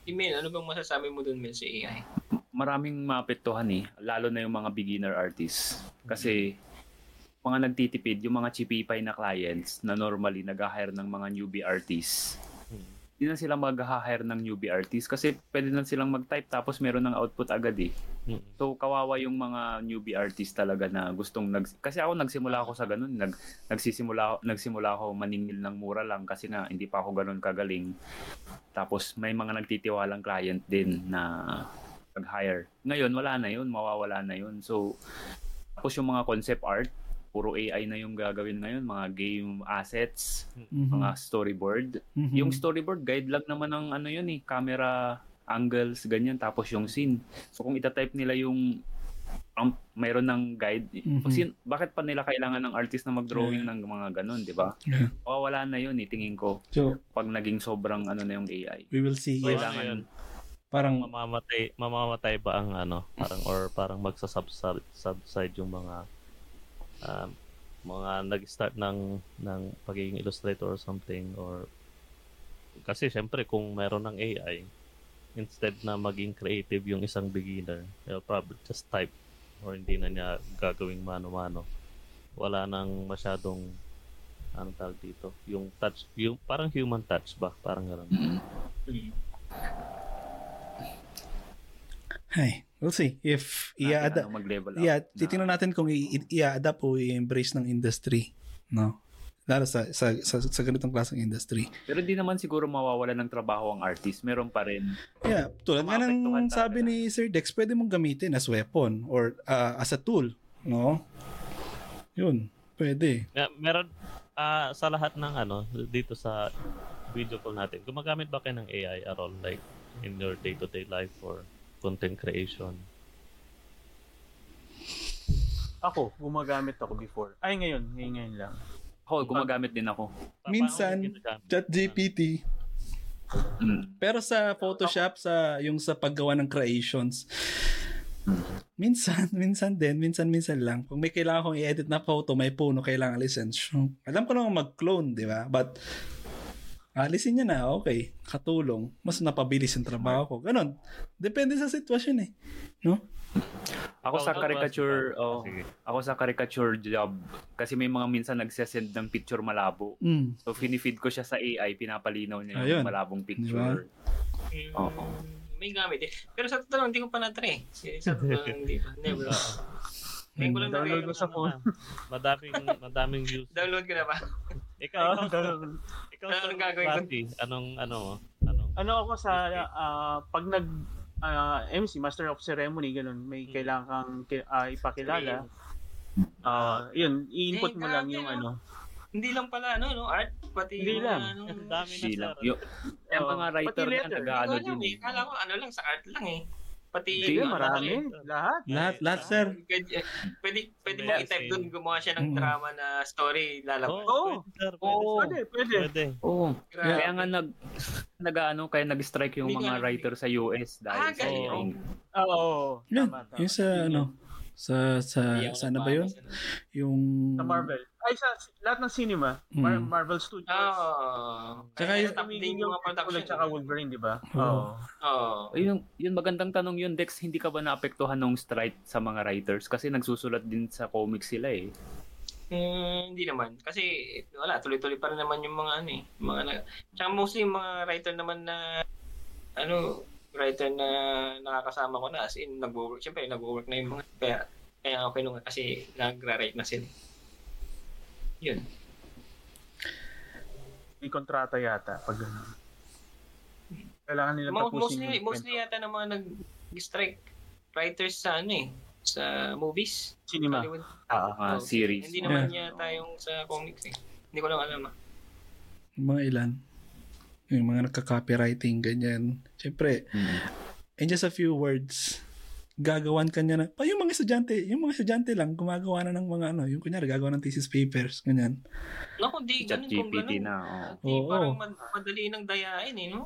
S2: Si Mel, ano bang masasabi mo dun Mel sa AI?
S3: Maraming maapektuhan eh. Lalo na yung mga beginner artists. Kasi mga nagtitipid, yung mga chipipay na clients na normally nag-hire ng mga newbie artists,
S5: Hmm.
S3: hindi na sila mag-hire ng newbie artists kasi pwede na silang mag-type tapos meron ng output agad eh.
S5: Hmm.
S3: So kawawa yung mga newbie artist talaga na gustong nag kasi ako nagsimula ako sa ganun, nag nagsisimula ako- nagsimula ako maningil ng mura lang kasi nga hindi pa ako ganun kagaling. Tapos may mga nagtitiwalang client din na nag-hire. Ngayon wala na yun, mawawala na yun. So tapos yung mga concept art, puro AI na yung gagawin ngayon, mga game assets,
S1: Mhm.
S3: mga storyboard.
S1: Mhm.
S3: Yung storyboard, guide lang naman ng ano yun eh, camera angles, ganyan, tapos yung scene. So kung itatype nila yung um, mayroon ng guide,
S1: Mhm.
S3: pag sin- bakit pa nila kailangan ng artist na mag-drawing
S1: Yeah.
S3: ng mga ganun, di ba?
S1: Yeah.
S3: O wala na yun eh, tingin ko,
S1: So,
S3: pag naging sobrang ano na yung AI.
S1: we will see.
S5: So,
S1: if
S5: ano yun?
S1: Parang,
S5: mamamatay mamamatay ba ang ano parang or parang magsasubside subside yung mga um, mga nag-start ng ng pagiging illustrator or something or kasi syempre kung meron ng AI instead na maging creative yung isang beginner they'll probably just type or hindi na niya gagawing mano-mano wala nang masyadong anong tawag dito yung touch yung parang human touch ba parang ganun
S1: Ay, we'll see if i-adapt.
S3: Ano, mag-level up.
S1: Yeah,
S3: na-
S1: titingnan natin kung i- i- i-adapt o i-embrace ng industry, no? Lalo sa sa sa, sa ganitong klaseng industry.
S3: Pero hindi naman siguro mawawala ng trabaho ang artist. Meron pa rin.
S1: Yeah, tulad nga
S3: Maapektuhan
S1: ng
S3: talaga.
S1: sabi ni Sir Dex, pwede mong gamitin as weapon or ah, as a tool, no? Yun, pwede.
S5: Yeah, meron ah, sa lahat ng ano dito sa video call natin. Gumagamit ba kayo ng AI at all like in your day-to-day life for content creation?
S6: Ako, gumagamit ako before. Ay, ngayon. Ngayon, ngayon lang.
S3: Ako, gumagamit din ako.
S5: Pa-
S1: Minsan,
S5: paano yung ginagamit?
S1: Chat GPT.
S3: Mm.
S1: Pero sa Photoshop, sa yung sa paggawa ng creations, minsan, minsan din, minsan, minsan lang. Kung may kailangan kong i-edit na photo, may puno, kailangan license. Alam ko naman mag-clone, di ba? But, alisin niya na, okay. Katulong. Mas napabilis yung trabaho ko. Ganon. Depende sa sitwasyon eh.
S3: Ako sa
S5: Photo
S3: caricature,
S5: class.
S3: oh,
S5: Sige.
S3: ako sa caricature job kasi may mga minsan nagsasend ng picture malabo.
S1: Mm.
S3: So, finifeed ko siya sa AI, pinapalinaw niya
S1: Ayun.
S3: yung malabong picture.
S2: Mm,
S3: Oo.
S2: May gamit eh. Pero sa totoo lang, hindi ko pa na-try. Eh, Sa totoo lang, hindi pa. Never. Ngayon
S1: Hmm.
S2: ko lang
S6: Download
S2: na-try
S6: mo sa
S2: yung
S6: phone.
S2: ano,
S5: madaming madaming views.
S2: Download ko na ba? *laughs*
S5: Ikaw,
S6: *laughs* Ah,
S5: ikaw,
S6: ganun.
S5: ikaw,
S2: Ano
S5: anong
S2: ang gagawin ko?
S5: Anong ano mo? Anong
S6: ano ako sa ah, pag nag ah, MC Master of Ceremony ganun may
S5: Hmm.
S6: kailangan kang ki- ah, ipakilala Ah, yun i-input mo lang yung ano
S2: Hindi lang pala, ano, no? Art, pati
S6: Hindi
S2: yung,
S6: lang.
S2: ano,
S5: Ang dami na
S3: She lang.
S5: sir.
S3: Yung, yung
S6: Oo.
S3: mga writer
S6: Ah, Pati
S3: na
S6: letter.
S3: nag-ano
S2: Hindi ko alam
S3: din.
S2: eh. Kala ko ano lang sa art lang eh. Pati
S3: Hindi,
S6: Sige,
S2: ano,
S6: marami
S5: ano.
S6: lahat
S1: Lahat, lahat, sir.
S2: Pwede, eh, pwede, pwede
S5: Yes,
S2: mong i-type
S5: eh.
S2: doon, gumawa siya ng
S1: Mm.
S2: drama na story, lalabas.
S6: Oo.
S5: Oh, pwede, sir. Pwede,
S3: Oo.
S5: sir.
S6: pwede pwede
S5: Pwede.
S3: Oo.
S2: Grabe.
S3: Kaya nga nag nag-ano kaya nag-strike yung
S2: Hindi ko
S3: mga
S2: alam.
S3: writer sa US dahil
S2: Ah,
S3: sa
S2: galing.
S3: AI.
S6: Ah, oo
S1: Yun.
S6: tama, tama.
S1: Yung sa ano, sa, sa,
S2: Hindi ako
S1: sa ano ba yun?
S2: nababasa.
S1: Yung...
S6: sa Marvel ay sa lahat ng cinema
S1: Mm.
S6: Mar- Marvel Studios
S2: Ah, Oo.
S1: Tsaka
S2: Kaya
S1: yung-
S2: stop din yung mga production. eh.
S6: Ulit tsaka Wolverine, di ba?
S1: Oo.
S6: Oo.
S2: Oo.
S3: Ayun, Oh, yun magandang tanong yun Dex, hindi ka ba naapektuhan ng strike sa mga writers kasi nagsusulat din sa comics sila eh.
S2: Mm, hindi naman. Kasi wala, tuloy-tuloy pa rin naman yung mga ano eh. Mga na, tsaka mostly yung mga writer naman na ano, writer na nakakasama ko na as in nagwo-work. Siyempre, nagwo-work na yung mga kaya kaya okay nung kasi nagra-write na sila. Yun.
S6: May kontrata yata pag ganun. Kailangan nila
S2: Mo-
S6: tapusin
S2: mostly
S6: yung
S2: mostly yata ng mga nag-strike writers sa ano eh, sa movies.
S6: cinema.
S2: Hollywood.
S3: Ah, ah,
S2: Oh,
S3: series.
S2: Hindi naman
S3: Yeah.
S2: yata yung sa comics eh. Hindi ko lang alam ah.
S1: mga ilan yung mga nagka-copywriting ganyan syempre
S3: Mm.
S1: in just a few words gagawan ka niya na pa yung mga estudyante yung mga estudyante lang gumagawa na ng mga ano yung kunyari gagawa ng thesis papers ganyan
S2: Naku, di
S3: Chat
S2: ganun kung ganun.
S3: GPT na. oh. oo.
S2: Di,
S1: Oo.
S2: parang mad- madali nang dayain eh, no?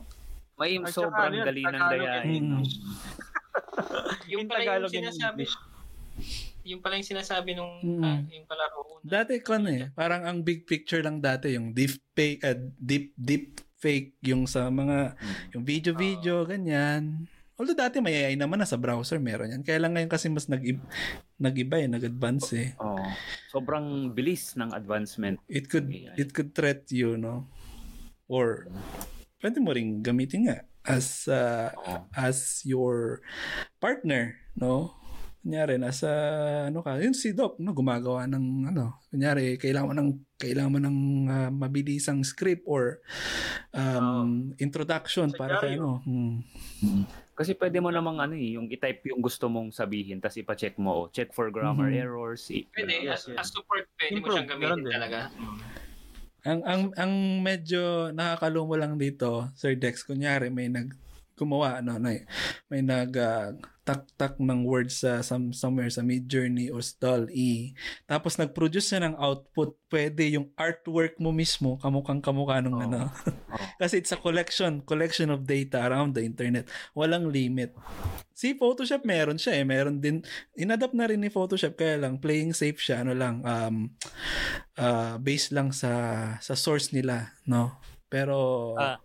S3: May
S6: At saka
S3: sobrang
S6: ano yun,
S3: dali ng
S6: Tagalog
S3: dayain.
S1: and
S3: no?
S1: English.
S2: Yung
S6: Yung
S2: pala yung
S6: Tagalog and
S2: sinasabi,
S6: English.
S2: yung pala yung sinasabi nung
S1: Mm.
S2: ah, yung kalaro ko. na-
S1: dati kan eh parang ang big picture lang dati yung deep fake ah, deep deep fake yung sa mga
S3: Hmm.
S1: yung video video ganyan although dati may AI naman na sa browser meron yan kaya lang ngayon kasi mas nag nagiba eh nag-advance eh
S3: Oo. Oh, Sobrang bilis ng advancement.
S1: it could
S3: AI.
S1: it could threat you no or pwede mo ring gamitin nga as uh,
S3: Oo.
S1: as your partner no kunyari nasa ano ka yun si Doc no gumagawa ng ano kunyari kailangan mo ng kailangan mo ng ah, mabilisang script or um, introduction
S6: Sa
S1: para kay
S6: diary.
S1: ano hmm.
S3: Kasi pwede mo namang ano eh, yung i-type yung gusto mong sabihin tapos ipa-check mo. oh. Check for grammar
S1: Mhm.
S3: errors. i-
S2: Pwede,
S6: Yes,
S2: as,
S6: yes.
S2: as support, pwede mo
S6: Improve,
S2: siyang gamitin
S6: ganun din.
S2: talaga.
S1: Ang ang ang medyo nakakalumo lang dito, Sir Dex, kunyari may ano eh, nag gumawa ano, may, may nag ah, tak-tak ng words sa some, somewhere sa Mid Journey or DALL-E. Tapos nag-produce siya ng output, pwede yung artwork mo mismo, kamukhang kamukha nung
S6: Oo.
S1: ano.
S6: Oo.
S1: *laughs* Kasi it's a collection, collection of data around the internet. Walang limit. Si Photoshop meron siya eh, meron din inadapt na rin ni Photoshop kaya lang playing safe siya ano lang um uh, based lang sa sa source nila, no? Pero
S5: Ah.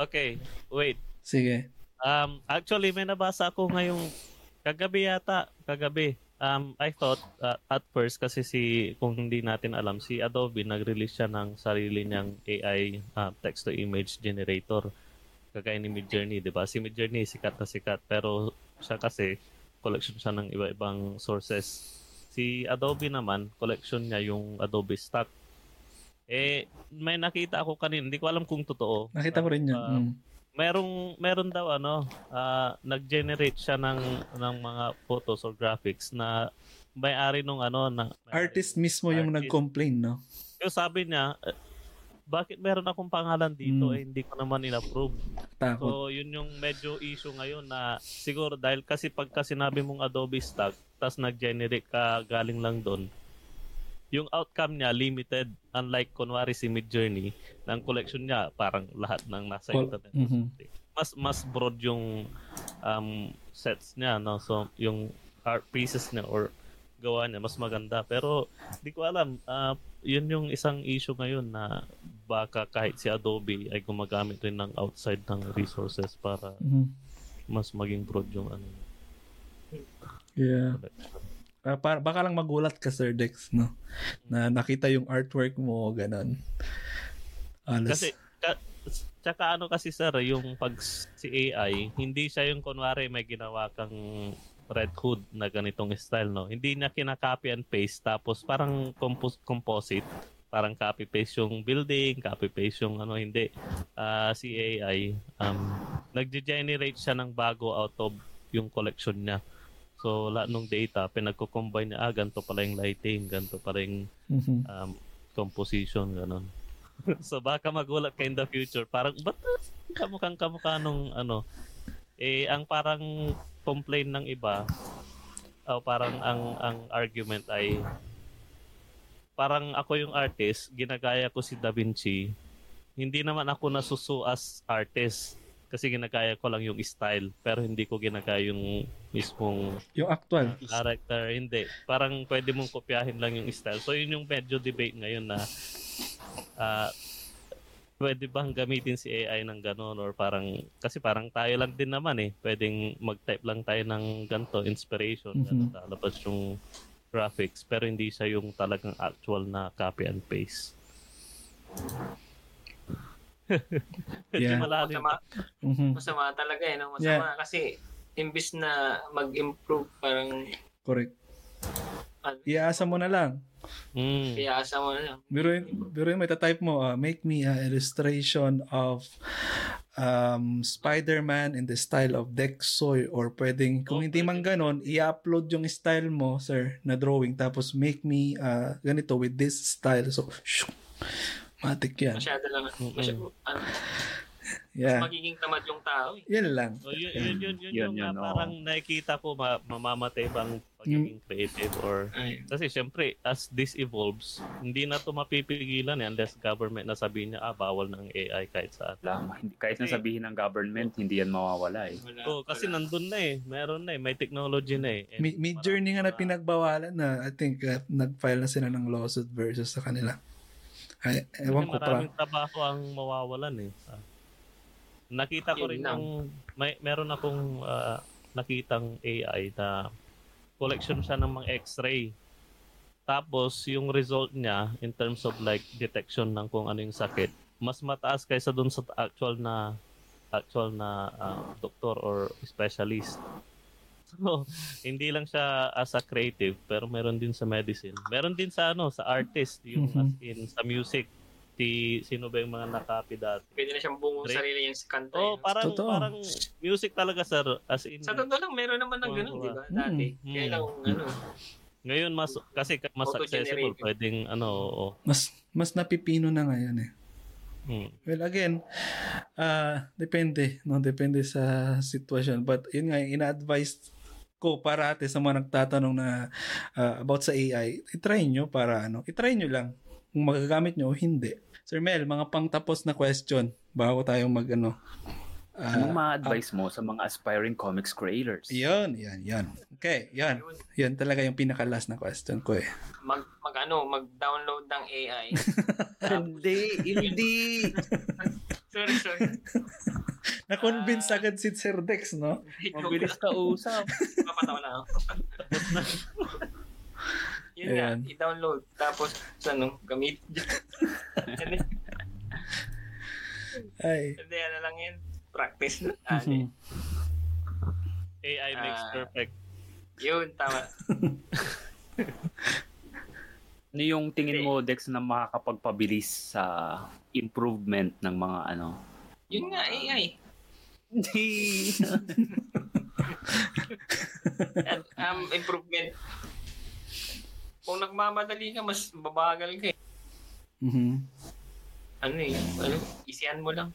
S5: Okay, wait.
S1: sige.
S5: Um, actually, may nabasa ako ngayong kagabi yata. Kagabi. Um, I thought uh, at first kasi si, kung hindi natin alam, si Adobe nag-release siya ng sarili niyang AI uh, text-to-image generator. Kagaya ni Midjourney, di ba? Si Midjourney sikat na sikat pero siya kasi collection siya ng iba-ibang sources. Si Adobe naman, collection niya yung Adobe Stock. Eh, may nakita ako kanina, hindi ko alam kung totoo.
S1: Nakita ko rin 'yun.
S5: Ah,
S1: Mm.
S5: merong meron daw ano, ah, nag-generate siya ng ng mga photos or graphics na may-ari nung ano na may-ari
S1: Artist
S5: nung-
S1: mismo yung
S5: artist.
S1: nag-complain, no?
S5: Yung sabi niya, eh, bakit meron akong pangalan
S1: Mm.
S5: dito eh hindi ko naman in-approve.
S1: Takot.
S5: So yun yung medyo issue ngayon na siguro dahil kasi pagka sinabi mong Adobe Stock tas nag-generate ka galing lang doon yung outcome niya limited unlike kunwari si Midjourney ng collection niya parang lahat ng nasa
S1: Well,
S5: internet
S1: mhm.
S5: mas mas broad yung um, sets niya no so yung art pieces niya or gawa niya mas maganda pero di ko alam ah, yun yung isang issue ngayon na baka kahit si Adobe ay gumagamit rin ng outside ng resources para
S1: Mhm.
S5: mas maging broad yung ano
S1: Yeah. Ah, par- baka lang magulat ka Sir Dex, no? Na nakita yung artwork mo, ganun. Alas.
S5: Kasi, ka, tsaka ano kasi sir, yung pag si AI, hindi siya yung kunwari may ginawa kang Red Hood na ganitong style, no? Hindi niya kinaka-copy and paste, tapos parang compos- composite, parang copy-paste yung building, copy-paste yung ano, hindi. Ah, si AI, um, nag-generate siya ng bago out of yung collection niya. So, lahat ng data, pinagko-combine niya, ah, ganito pala yung lighting, ganito pala yung
S1: Mhm.
S5: um, composition, ganun. *laughs* so baka magulat ka in the future. Parang, ba't kamukhang kamukha nung ano? Eh, ang parang complain ng iba, o parang ang, ang argument ay, parang ako yung artist, ginagaya ko si Da Vinci, hindi naman ako nasusu as artist kasi ginagaya ko lang yung style pero hindi ko ginagaya yung mismong
S1: Yung actual.
S5: character, hindi. Parang pwede mong kopyahin lang yung style. So yun yung medyo debate ngayon na ah, pwede bang gamitin si AI ng gano'n or parang, kasi parang tayo lang din naman eh. Pwedeng mag-type lang tayo ng ganito, inspiration,
S1: Mhm.
S5: mm lalabas yung graphics, pero hindi siya yung talagang actual na copy and paste. Medyo
S1: Yeah.
S5: *laughs* malalim.
S2: Masama,
S5: Ah.
S1: Mhm.
S2: masama talaga eh. No? Masama kasi imbis na mag-improve parang
S1: Correct.
S5: Ah.
S2: ano,
S1: Iaasa mo na lang.
S5: Mm.
S2: kaya asa mo na lang.
S1: Biruin, biruin may tatype mo, ah, make me a illustration of um, Spider-Man in the style of Dexoy or pwedeng, kung
S5: Oh,
S1: hindi man ganon, i-upload yung style mo, sir, na drawing, tapos make me ah, ganito with this style. So, shoo, matik yan.
S2: Masyado lang. Masyado, ano,
S1: Yeah.
S2: magiging tamad yung tao eh.
S1: Yan lang.
S5: So, Oh, yun, yun, yun,
S6: Yun,
S5: yun, yung na
S6: yun, oo.
S5: parang nakikita ko ma- mamamatay bang pagiging creative or
S2: Ayun.
S5: Kasi syempre, as this evolves, hindi na to mapipigilan eh, unless government na sabihin niya, ah, bawal ng AI kahit saan.
S6: Wala, hindi- kahit na sabihin ng government, hindi yan mawawala eh.
S2: Wala,
S5: Oo, Oh, kasi
S2: wala.
S5: nandun na eh. Meron na eh. May technology na eh. And
S1: Mid- Mid-journey nga na pinagbawalan na, I think, ah, nag-file na sila ng lawsuit versus sa kanila. Ay,
S5: marami-
S1: ewan ko pa.
S5: Maraming trabaho ang mawawalan eh. Ah. Nakita ko
S2: Yun
S5: rin
S2: lang.
S5: yung, may, meron akong ah, nakitang AI na collection siya ng mga x-ray. Tapos, yung result niya in terms of like detection ng kung ano yung sakit, mas mataas kaysa dun sa actual na actual na ah, doktor or specialist. *laughs* So, hindi lang siya as a creative, pero meron din sa medicine. Meron din sa ano, sa artist, yung
S1: Mhm.
S5: as in sa music. Si, sino ba yung mga nakapi dati?
S2: Pwede na siyang bungong
S5: Drake.
S2: sarili niya sa kanta. eh,
S5: Oh,
S2: no?
S5: parang
S1: Totoo.
S5: parang music talaga sir, as in.
S2: Sa totoo lang, meron naman ng ganun, di ba?
S1: Mm.
S2: Dati.
S5: Mm.
S2: Kaya lang, ano,
S5: Ngayon mas kasi mas accessible,
S2: Auto-generated.
S5: pwedeng ano, oo.
S1: Mas, mas napipino na ngayon eh.
S5: Hmm.
S1: Well, again, ah depende, no? Depende sa sitwasyon. But, yun nga, ina-advise ko para ate sa mga nagtatanong na ah, about sa AI, itry nyo para ano, itry nyo lang kung magagamit nyo o hindi. Sir Mel, mga pangtapos na question bago tayo mag ano.
S3: Anong
S1: ah,
S3: ma-advise mo sa mga aspiring comics creators?
S1: yun, yan, yan. Okay, yan.
S2: Yun.
S1: Yan talaga yung pinaka-last na question ko eh.
S2: Mag, mag ano, mag-download ng AI.
S6: *laughs* Hindi, hindi.
S2: *laughs* sorry, sorry.
S1: Na-convince agad si Sir Dex, no?
S3: Mabilis ka usap.
S2: Papatawa na ako. Yun nga,
S1: Ayan.
S2: i-download. Tapos, ano, gamit.
S1: Ay.
S2: Hindi, ano lang yun. Practice. Ano,
S5: AI makes
S2: Ah.
S5: perfect.
S2: yun, tama.
S3: Ano yung tingin
S2: Hindi.
S3: mo, Dex, na makakapagpabilis sa improvement ng mga ano?
S2: Yun nga, AI.
S3: Hindi.
S2: At, um, improvement. Kung nagmamadali ka, mas babagal ka eh.
S1: Mhm.
S2: Ano eh, ano, isihan mo lang.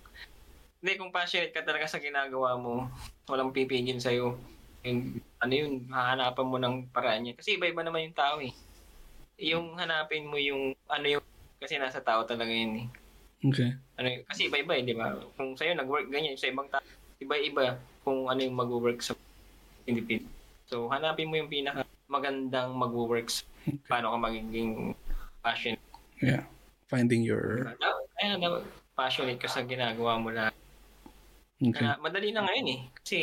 S2: Hindi, kung passionate ka talaga sa ginagawa mo, walang pipigil sa'yo. Yung, ano yun, hahanapan mo ng paraan niya. Kasi iba-iba naman yung tao eh. Yung hanapin mo yung, ano yung, kasi nasa tao talaga yun eh.
S1: Okay.
S2: ano yun, kasi iba-iba eh, di ba? Kung sa'yo nag-work ganyan, sa ibang tao, iba-iba kung ano yung mag-work sa Pilipino. So, hanapin mo yung pinaka magandang mag-work sa paano ka magiging passionate.
S1: Yeah. Finding your...
S2: Dapat- Kaya dapat passionate ka sa ginagawa mo na.
S1: Okay.
S2: Kaya Ah, madali na ngayon eh. Kasi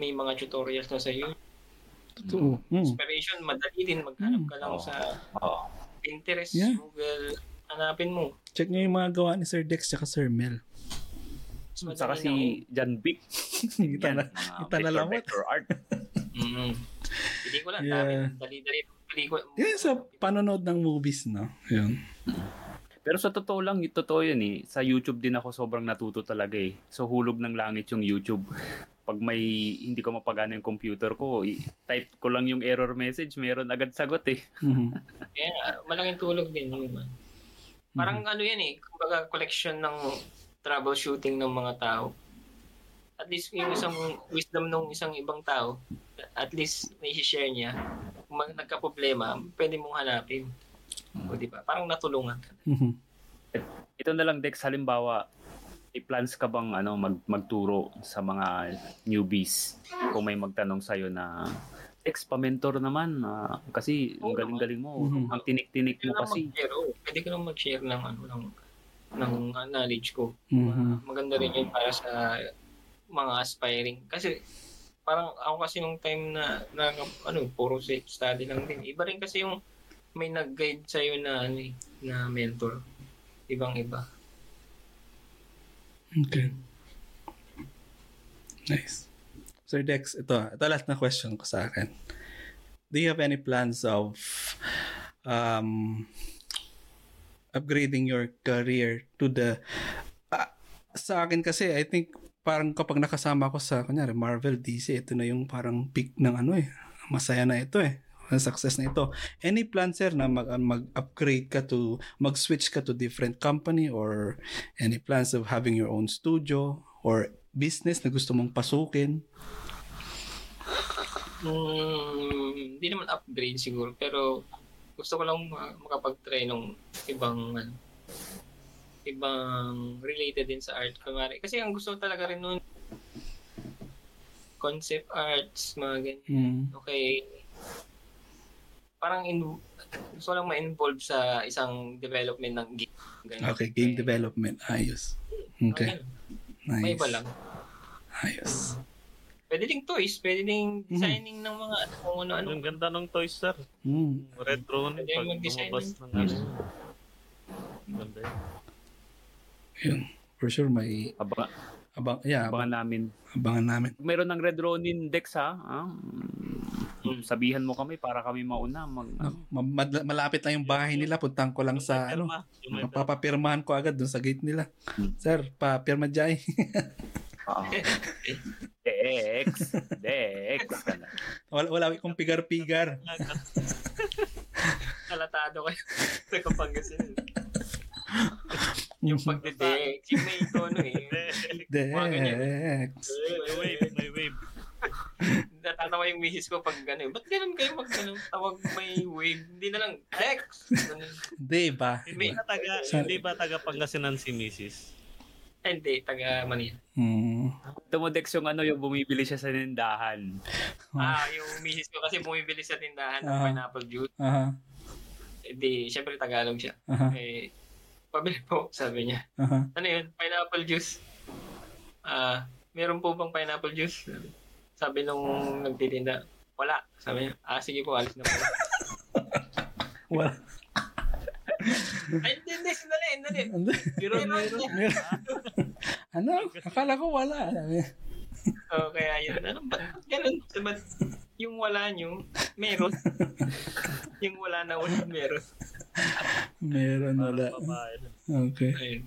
S2: may mga tutorials na sa YouTube.
S1: Totoo. Mm.
S2: Inspiration, madali din. Maghanap ka lang
S3: Mm.
S2: sa
S3: Oo.
S2: Pinterest,
S1: Yeah.
S2: Google. Hanapin mo.
S1: Check nyo yung mga gawa ni Sir Dex tsaka Sir Mel.
S2: Mas madali
S3: Saka
S2: na
S3: si Jan Vic.
S1: *laughs* Kita na.
S3: mga
S1: kita na
S3: vector-
S1: lamot.
S3: vector art.
S2: Mm. Pelikula,
S1: Yeah.
S2: yeah. dali-dali. Pelikula.
S1: Yan yung sa panonood ng movies, no? Yun.
S3: Pero sa totoo lang, y- totoo yun eh. Sa YouTube din ako sobrang natuto talaga eh. So hulog ng langit yung YouTube. *laughs* Pag may hindi ko mapagana yung computer ko, i- type ko lang yung error message, meron agad sagot eh.
S1: Mhm.
S2: Yeah, malaking tulog din yun. man. Parang ano yan eh, kumbaga collection ng troubleshooting ng mga tao. At least yung isang wisdom ng isang ibang tao, at least naisishare niya. Kung mag- nagka-problema, pwede mong hanapin. O, di ba? Parang natulungan ka.
S1: Mhm.
S3: Ito na lang Dex, halimbawa, may plans ka bang ano, mag, magturo sa mga newbies kung may magtanong sa'yo na Dex, pa-mentor naman ah, kasi
S2: Oo
S3: ang
S2: naman. Mm-hmm.
S3: galing-galing mo,
S1: Mhm.
S3: ang tinik-tinik
S2: Pwede ka
S3: mo
S2: lang
S3: kasi.
S2: mag-share. oo. pwede ka lang mag-share ng, ano, ng, ng uh, knowledge ko.
S1: Mhm.
S2: maganda rin yun para sa mga aspiring. Kasi parang ako kasi nung time na, na ano, puro self study lang din. Iba rin kasi yung may nag-guide sa na ano, eh, na mentor. Ibang iba.
S1: Okay. Nice. Sir Dex, ito, ito last na question ko sa akin. Do you have any plans of um, upgrading your career to the... Ah, sa akin kasi, I think parang kapag nakasama ko sa, kunyari, Marvel, DC, ito na yung parang peak ng ano eh. Masaya na ito eh. Ang success na ito. Any plan, sir, na mag, ah, mag-upgrade ka to, mag-switch ka to different company or Any plans of having your own studio or business na gusto mong pasukin?
S2: Mm, hindi naman upgrade siguro, pero gusto ko lang ma- makapag-try ng ibang ano, ibang related din sa art. Kumari, kasi ang gusto ko talaga rin nun concept arts, mga ganyan.
S1: Mm.
S2: Okay. Parang in, gusto ko lang ma-involve sa isang development ng game. Ganun.
S1: Okay, game development. Ayos. Okay,
S2: Ganun.
S1: nice.
S2: May iba lang.
S1: Ayos.
S2: Pwede ding toys,
S1: Mhm.
S2: pwede ding designing ng mga kung ano-ano.
S1: *laughs*
S5: Ang ganda ng toys, sir.
S1: Mm.
S5: Red Ronin,
S2: Pwede
S5: pag
S2: mag-design
S5: lumabas
S2: Ano? ng Mm.
S5: ng ano. Ganda yun.
S1: Yun. For sure, may
S3: Abangan,
S1: abang, yeah, abang,
S3: abangan namin.
S1: abangan namin.
S3: meron ng Red Ronin Dex ha. Ah, mm, sabihan mo kami para kami mauna. Mag,
S1: *laughs*
S3: ano,
S1: Ako, ma- mad- malapit lang yung bahay nila. Puntahan ko lang
S5: Yung may
S1: sa ano.
S5: perma, yung may perma.
S1: Papapirmahan ko agad dun sa gate nila.
S3: Hmm.
S1: Sir, papirma jay.
S3: Ah. Dex, Dex. ka na.
S1: *laughs* wala, wala akong pigar-pigar.
S2: Kalatado kayo sa Kapangasinan.
S1: Mhm.
S2: Yung pagdetect, yung may tono eh.
S5: Hindi.
S1: Dex.
S5: eh, May wave, may wave.
S2: Na yung misis ko pag gano'n. Ba't ganun kayo mag gano'n? Tawag may wave. Hindi na lang, X! Ganun.
S1: Di ba? *laughs*
S5: Hindi ba taga,
S1: Sorry.
S5: hindi ba taga Pangasinan si Mrs.?
S2: Ay, Hindi, taga Manila.
S1: Mm.
S3: Tumodex yung ano, yung bumibili siya sa nindahan.
S2: Ah, yung misis ko kasi bumibili sa tindahan ng
S1: Oh. Ah.
S2: pineapple juice.
S1: Aha.
S2: Hindi, syempre Tagalog siya.
S1: Aha.
S2: Eh, pabili po, sabi niya.
S1: Aha.
S2: Ano yun? Pineapple juice. Ah, meron po bang pineapple juice? Sabi nung nagtitinda, wala. Sabi niya, ah, sige po, alis na *laughs* po.
S1: Wala.
S2: Ay, hindi, hindi, sandali, sandali. Meron, meron.
S1: Meron. ano? Akala ko wala.
S2: Oh, kaya yun. Ano ba? Ganun. So, ba't yung wala nyo, *laughs* meron. yung wala na ulit, meron.
S1: Meron wala. Okay.
S2: Ayun.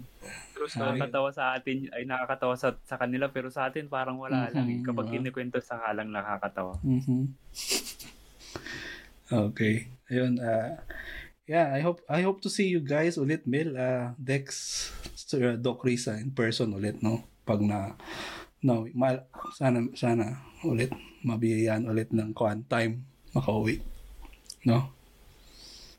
S2: True
S1: Ah,
S2: story.
S3: Nakakatawa sa atin, ay nakakatawa sa, sa kanila, pero sa atin parang wala lang. eh.
S1: Mhm,
S3: Kapag
S1: diba?
S3: kinikwento sa halang nakakatawa.
S1: Mhm. *laughs* Okay. Ayun. ah, yeah, I hope I hope to see you guys ulit, Mel. ah Dex, Sir ah, Doc Risa in person ulit, no? Pag na no, ma, sana sana ulit mabiyayaan ulit ng kuan time makauwi. No?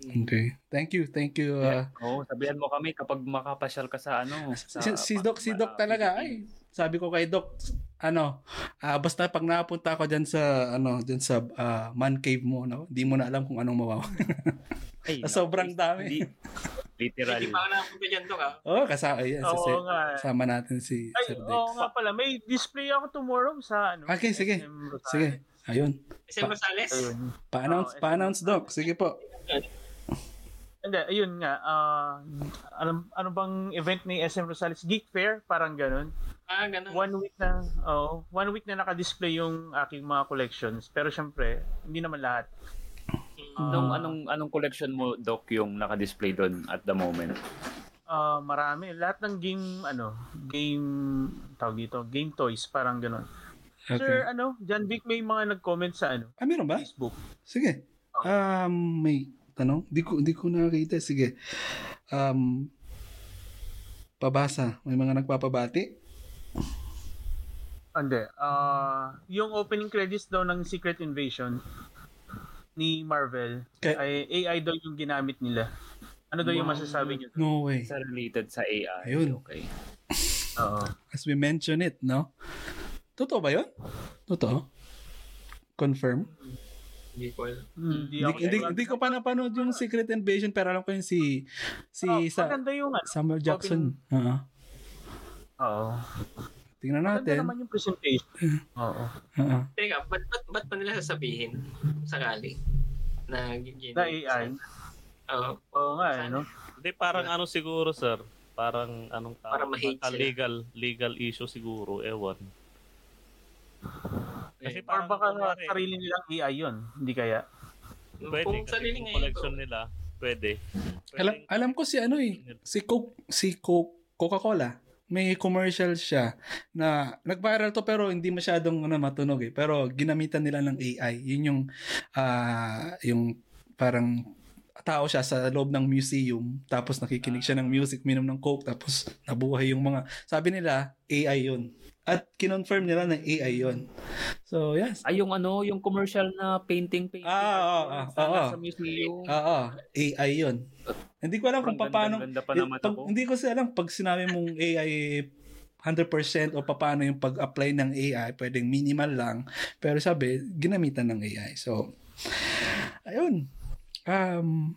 S1: Okay. Thank you. Thank you. ah.
S3: Oo, sabihan mo kami kapag makapasyal ka sa ano. Sa,
S1: si, si Doc, si Doc talaga. Ay, sabi ko kay Doc, ano, ah, basta pag napunta ako dyan sa, ano, dyan sa ah, man cave mo, no? Di mo na alam kung anong mawawa.
S3: Ay, naku,
S1: sobrang dami.
S3: hindi. Literal.
S2: Hindi pa ako nakapunta dyan to ka.
S1: Oo, *laughs* oh, kasama, yan, sa,
S6: Oo nga. eh.
S1: sama natin si
S6: Ay,
S1: Sir Dex.
S6: oo nga pala. May display ako tomorrow sa ano.
S1: Okay, sige.
S6: SM Rosales.
S1: Sige, ayun.
S2: Kasi Rosales,
S6: Ayun.
S1: Pa-announce,
S6: Oo, eh.
S1: pa-announce, Doc. Sige po.
S6: Hindi, ayun nga. ah, alam, ano bang event ni SM Rosales? Geek Fair? Parang ganun.
S2: ah, ganun.
S6: One week na, oh, one week na nakadisplay yung aking mga collections. Pero syempre, hindi naman lahat. Ah,
S3: Anong, anong, anong collection mo, Doc, yung nakadisplay doon at the moment?
S6: ah, marami. Lahat ng game, ano, game, tawag dito, game toys, parang ganun. Sir,
S1: Okay.
S6: ano, John Vic, may mga nag-comment sa ano,
S1: Ah, meron ba?
S6: Facebook.
S1: Sige.
S6: Oh.
S1: Um, may tanong? Di ko, di ko nakakita. Sige. Um, pabasa. May mga nagpapabati?
S6: Hindi. ah yung opening credits daw ng Secret Invasion ni Marvel
S1: Okay.
S6: ay AI daw yung ginamit nila. Ano daw yung masasabi niyo?
S1: No way.
S3: Sa related sa AI.
S1: Ayun.
S3: Okay.
S6: Oo.
S1: as we mention it, no? Totoo ba yun? Totoo? Confirm?
S2: Hindi ano. ko alam.
S6: Hmm, Hindi
S1: Hindi
S6: ako
S1: hindi-
S6: sure.
S1: hindi ko pa napanood yung Secret Invasion pero alam ko yun si si
S6: Oh,
S1: sa,
S6: maganda yung ano.
S1: Samuel Jackson. Oo.
S6: Oo.
S1: Tingnan
S6: Maganda
S1: natin. Mm.
S6: naman yung presentation. Oo.
S1: Oo.
S2: Teka, ba't, ba't, ba't pa nila sasabihin sakali na
S6: Na AI.
S2: Oo.
S6: Oo nga, ano.
S5: Hindi, parang ano siguro, sir. Parang anong tawag?
S2: Para ma-hate
S5: Baka
S2: sila.
S5: legal, legal issue siguro, ewan. Kasi
S6: Eh, Or
S5: parang
S6: baka
S5: kunwari,
S6: sarili nilang AI yun. Hindi kaya.
S5: Pwede,
S2: kung eh.
S5: kasi
S2: sarili
S5: kung
S2: ngayon.
S5: collection nila, pwede. pwede
S1: Alam alam ko si ano eh, si Coke, si Coke, Coca-Cola. May commercial siya na nag-viral to pero hindi masyadong ano, matunog eh. Pero ginamitan nila ng AI. Yun yung ah, yung parang tao siya sa loob ng museum tapos nakikinig siya ng music, minom ng coke tapos nabuhay yung mga sabi nila AI yun. At kinonfirm nila na AI yun. So, yes.
S3: Ay, yung ano, yung commercial na painting painting.
S1: Ah, oo,
S3: art
S1: oo,
S3: na
S1: oo.
S3: Sa museum.
S1: Oo, AI yun. Hindi ko alam
S3: Parang
S1: kung
S3: ganda,
S1: paano
S3: ganda pa naman
S1: pag-
S3: ako.
S1: Hindi ko siya alam pag sinabi mong AI 100% o paano yung pag-apply ng AI, pwedeng minimal lang. Pero sabi, ginamitan ng AI. So, ayun. Um,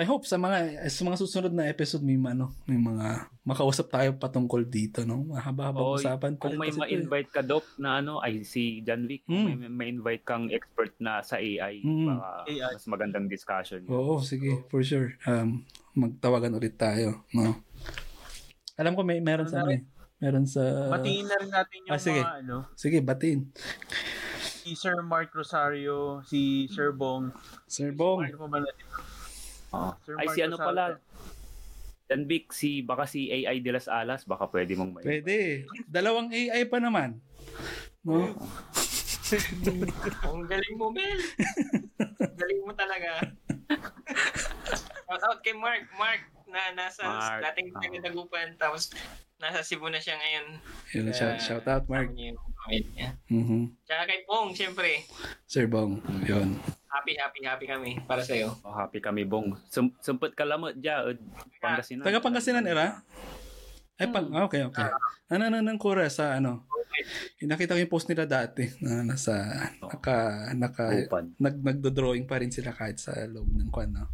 S1: I hope sa mga sa mga susunod na episode may mga, ano, may mga makausap tayo patungkol dito, no? Mahaba-habang
S3: Oo,
S1: usapan pa
S3: Kung
S1: rin
S3: may
S1: kasi to eh.
S3: ma-invite ka, Doc, na ano, ay si John Wick, kung
S1: Mm.
S3: may ma-invite kang expert na sa AI,
S1: Mm.
S3: baka
S6: AI.
S3: mas magandang discussion. yun.
S1: Oo, sige, for sure. Um, magtawagan ulit tayo, no? Alam ko may meron sa ano eh. Meron sa
S6: Batiin na rin natin yung
S1: ah, sige.
S6: mga ano.
S1: Sige, batiin.
S6: Si Sir Mark Rosario, si Sir Bong.
S1: Sir Bong.
S6: Ano pa ba natin?
S3: Oo.
S6: Sir
S3: Ay,
S6: Mark
S3: si ano
S6: Rosario.
S3: pala, John Wick, si, baka si AI de las Alas, baka pwede mong may.
S1: Pwede. Dalawang AI pa naman. No?
S2: Ang galing mo,
S5: *laughs*
S2: Mel. galing mo talaga. Shout out kay Mark. Mark na nasa
S3: Mark.
S2: dating
S3: Ah.
S2: taga-dagupan tapos nasa Cebu na siya ngayon.
S1: Yun, shout,
S2: Kaya,
S3: Ano
S1: shout out, Mark.
S2: kasama niya yung pamilya.
S1: Mhm.
S2: Tsaka kay Pong, syempre.
S1: Sir Bong, yun.
S2: Happy, happy, happy kami para sa'yo.
S3: Oh, happy kami, Bong. Sum- sumput ka lamot, ja. od, Pangasinan.
S1: Taga Pangasinan, eh. era? Ay, pang, ah, okay, okay. Ano, ano, ng kura sa ano? Nakita ko yung post nila dati na nasa, naka, naka,
S3: Upan.
S1: nag, nagdo-drawing pa rin sila kahit sa loob ng kwan, no?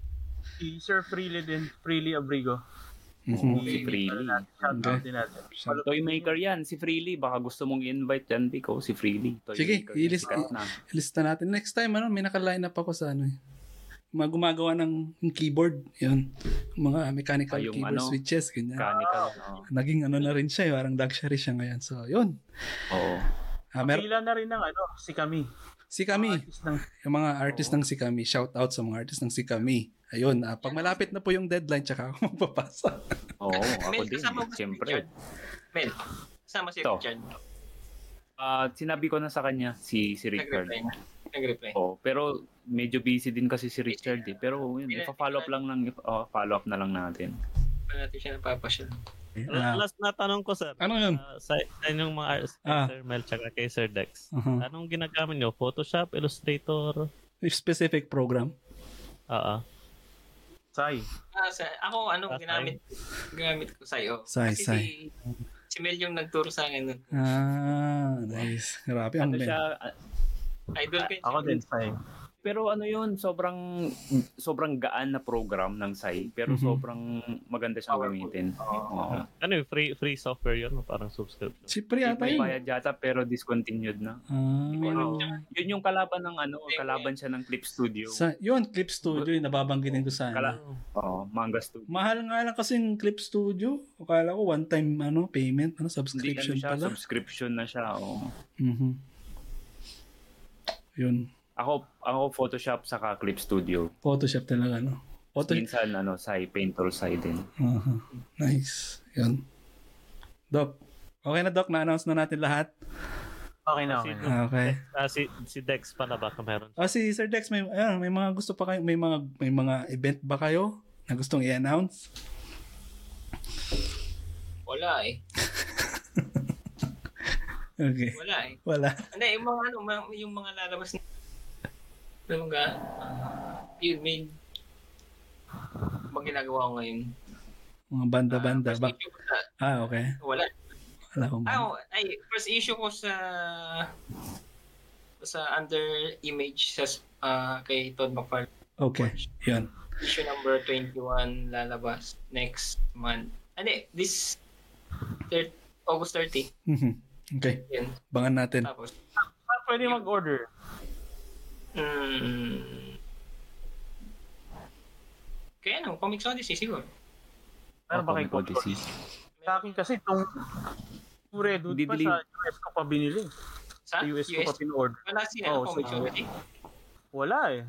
S6: Si Sir Freely din. Freely Abrigo.
S1: Mhm.
S3: Si Freely.
S6: Shoutout
S1: Okay.
S6: din natin.
S1: Shout-
S3: Toymaker yan, si Freely. Baka gusto mong invite yan, Biko, si Freely. Toymaker
S1: Sige,
S3: yan,
S1: ilis-
S3: sikat na.
S1: Ilista natin. Next time, ano, may naka-line up ako sa ano eh. Mga gumagawa ng ng keyboard, yun. Mga mechanical
S3: Ah, yung
S1: keyboard
S3: ano?
S1: switches, ganyan.
S3: Mechanical. no?
S1: Naging ano na rin siya, eh, parang luxury siya ngayon. So, yun.
S3: Oo.
S1: Ah, mer-
S6: Pila na rin ng ano, si Kami.
S1: si
S3: Ah.
S1: Kami,
S6: Artist ng
S1: yung mga artist ng si Kami, shout out sa mga artist ng si Kami. Ayun, ah, pag malapit na po yung deadline, tsaka *laughs* ako magpapasa.
S3: *laughs* Oo, ako
S2: Mel,
S3: din.
S2: kasama mo si
S3: Siyempre.
S2: Richard. Mel, kasama si
S3: Ito.
S2: Richard.
S3: Ah, sinabi ko na sa kanya, si, si Richard.
S2: Nag-reply na. Nag-reply.
S3: Oo, pero medyo busy din kasi si Richard eh. Pero yun, ipa-follow up lang ng, oh, follow up na lang natin.
S2: Pa natin siya napapasyal.
S3: Eh,
S1: Ah,
S5: Last na tanong ko, sir.
S1: ano yun?
S5: Ah, sa, sa inyong mga artists, kay
S1: Ah.
S5: Sir Mel tsaka kay Sir Dex.
S1: Uh-huh.
S3: Ah.
S5: Anong ginagamit nyo? Photoshop, Illustrator? Ah,
S1: Specific program.
S5: Oo.
S6: Sai.
S2: Ah, sa, ako, ano,
S5: Ah,
S2: ginamit, ginamit ko sa'yo.
S1: Sai,
S2: Kasi
S1: sai.
S2: Si, si Mel yung nagturo sa akin nun.
S1: Ah, nice. Grabe ang
S3: Ano
S1: men.
S3: siya, ah,
S2: Idol ko yun.
S6: Ako din, Sai.
S3: pero ano yun, sobrang sobrang gaan na program ng SAI, pero
S1: Mhm.
S3: sobrang maganda siyang gamitin. Oo.
S5: Ano yun? Free, free software yun? Parang subscription.
S1: Siyempre
S3: May
S1: yata yun.
S3: bayad yata pero discontinued na.
S1: Ah,
S3: Yun yung kalaban ng ano, kalaban siya ng Clip Studio.
S1: sa, yun, Clip Studio, yung nababanggitin ko sana.
S3: Kala- Oo, Manga Studio.
S1: Mahal nga lang kasing Clip Studio. Akala ko one time ano payment, ano
S3: Hindi ano
S1: subscription
S3: siya,
S1: pala.
S3: subscription na siya. oo.
S1: Mhm. Yun,
S3: Ako, ako Photoshop saka Clip Studio.
S1: Photoshop talaga no. Photo
S3: Minsan ano, SAI, Painter SAI din.
S1: Aha. Nice. Yun. Doc. Okay na Doc, na-announce na natin lahat.
S6: Okay na, okay
S5: Si,
S6: na.
S1: Ah, Okay.
S5: ah, si, si Dex pala baka meron. *laughs*
S1: Ah, si Sir Dex, may ah, may mga gusto pa kayo, may mga may mga event ba kayo na gustong i-announce?
S2: Wala eh.
S1: Okay.
S2: Wala eh.
S1: Wala.
S2: Hindi, yung mga, ano, mga- yung mga lalabas na... Ano nga? yun, may... Mga ginagawa ko ngayon.
S1: Mga banda-banda.
S2: Ah, first
S1: Bak-
S2: issue ko sa-
S1: ah, okay.
S2: wala.
S1: Wala akong
S2: Ah,
S1: banda.
S2: oh, ay, first issue ko sa... sa under image sa ah, kay Todd McFarlane.
S1: Okay. Yun.
S2: Issue number 21 lalabas next month. Ah, Hindi, this... Thir- August 30.
S1: Mhm. Okay.
S2: Yun.
S1: Bangan natin.
S2: Tapos,
S6: Ah, pwede mag-order.
S2: Mm. Kaya ano, Comics Odyssey siguro.
S6: Ano ba kayo
S3: Comic Odyssey.
S6: Sa akin kasi itong itong Red Hood pa
S3: Didili-
S6: sa US ko pa binili.
S3: Ah,
S6: Sa
S2: Sa
S6: US, ko pa pinorder.
S2: Wala siya oh,
S6: Oo,
S2: Comics
S6: sa-
S2: Odyssey.
S6: Wala eh.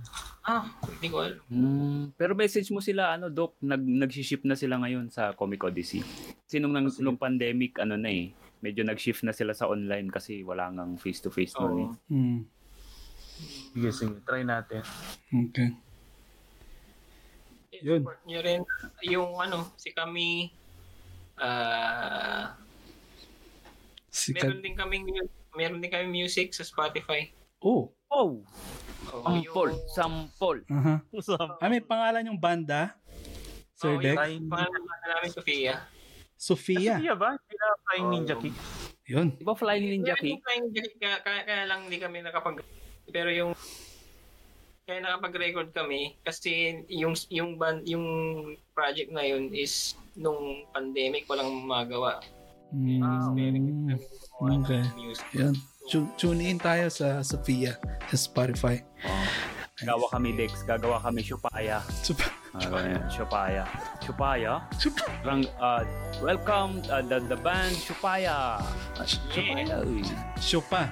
S2: Ah, hindi ko alam.
S3: Hmm, pero message mo sila ano doc nag nagshi-ship na sila ngayon sa Comic Odyssey. Kasi nung, nang, nung pandemic ano na eh medyo nag-shift na sila sa online kasi wala ngang face to face noon eh.
S2: Oo.
S1: Mm.
S6: Sige, sige. Try natin.
S1: Okay. Yun.
S2: eh, Support nyo rin yung ano, si kami, ah,
S1: Sikat.
S2: meron din kaming mu- meron din kami music sa Spotify.
S1: Oh.
S3: Oh,
S2: Oh,
S3: sampol, sampol.
S1: Aha.
S5: Sa-
S1: Ah, may pangalan yung banda? Sir
S2: Oh,
S1: Dex?
S6: Try
S2: Pangalan na namin Sofia.
S1: Sofia.
S6: Sophia ba? Sila
S3: Oh,
S6: Flying Ninja Kick.
S1: Yun.
S3: Di ba Flying Ninja Kick?
S2: Meron din tayong Kaya, kaya, kaya lang hindi kami nakapag... Pero yung... Kaya nakapag-record kami kasi yung yung band, yung project na yun is nung pandemic walang magawa.
S1: Mm.
S2: Wow.
S3: Hmm.
S1: Okay.
S2: music.
S1: Yun. Tu- Tune in tayo sa Sofia sa Spotify.
S3: Oh. Gawa kami Dex, gagawa kami Shupaya.
S1: Sup-
S3: Ano yan? Shupaya. Shupaya?
S1: Sup-
S3: Rang, ah, welcome ah, the, the band Shupaya. Shupaya. uy.
S1: Shopa.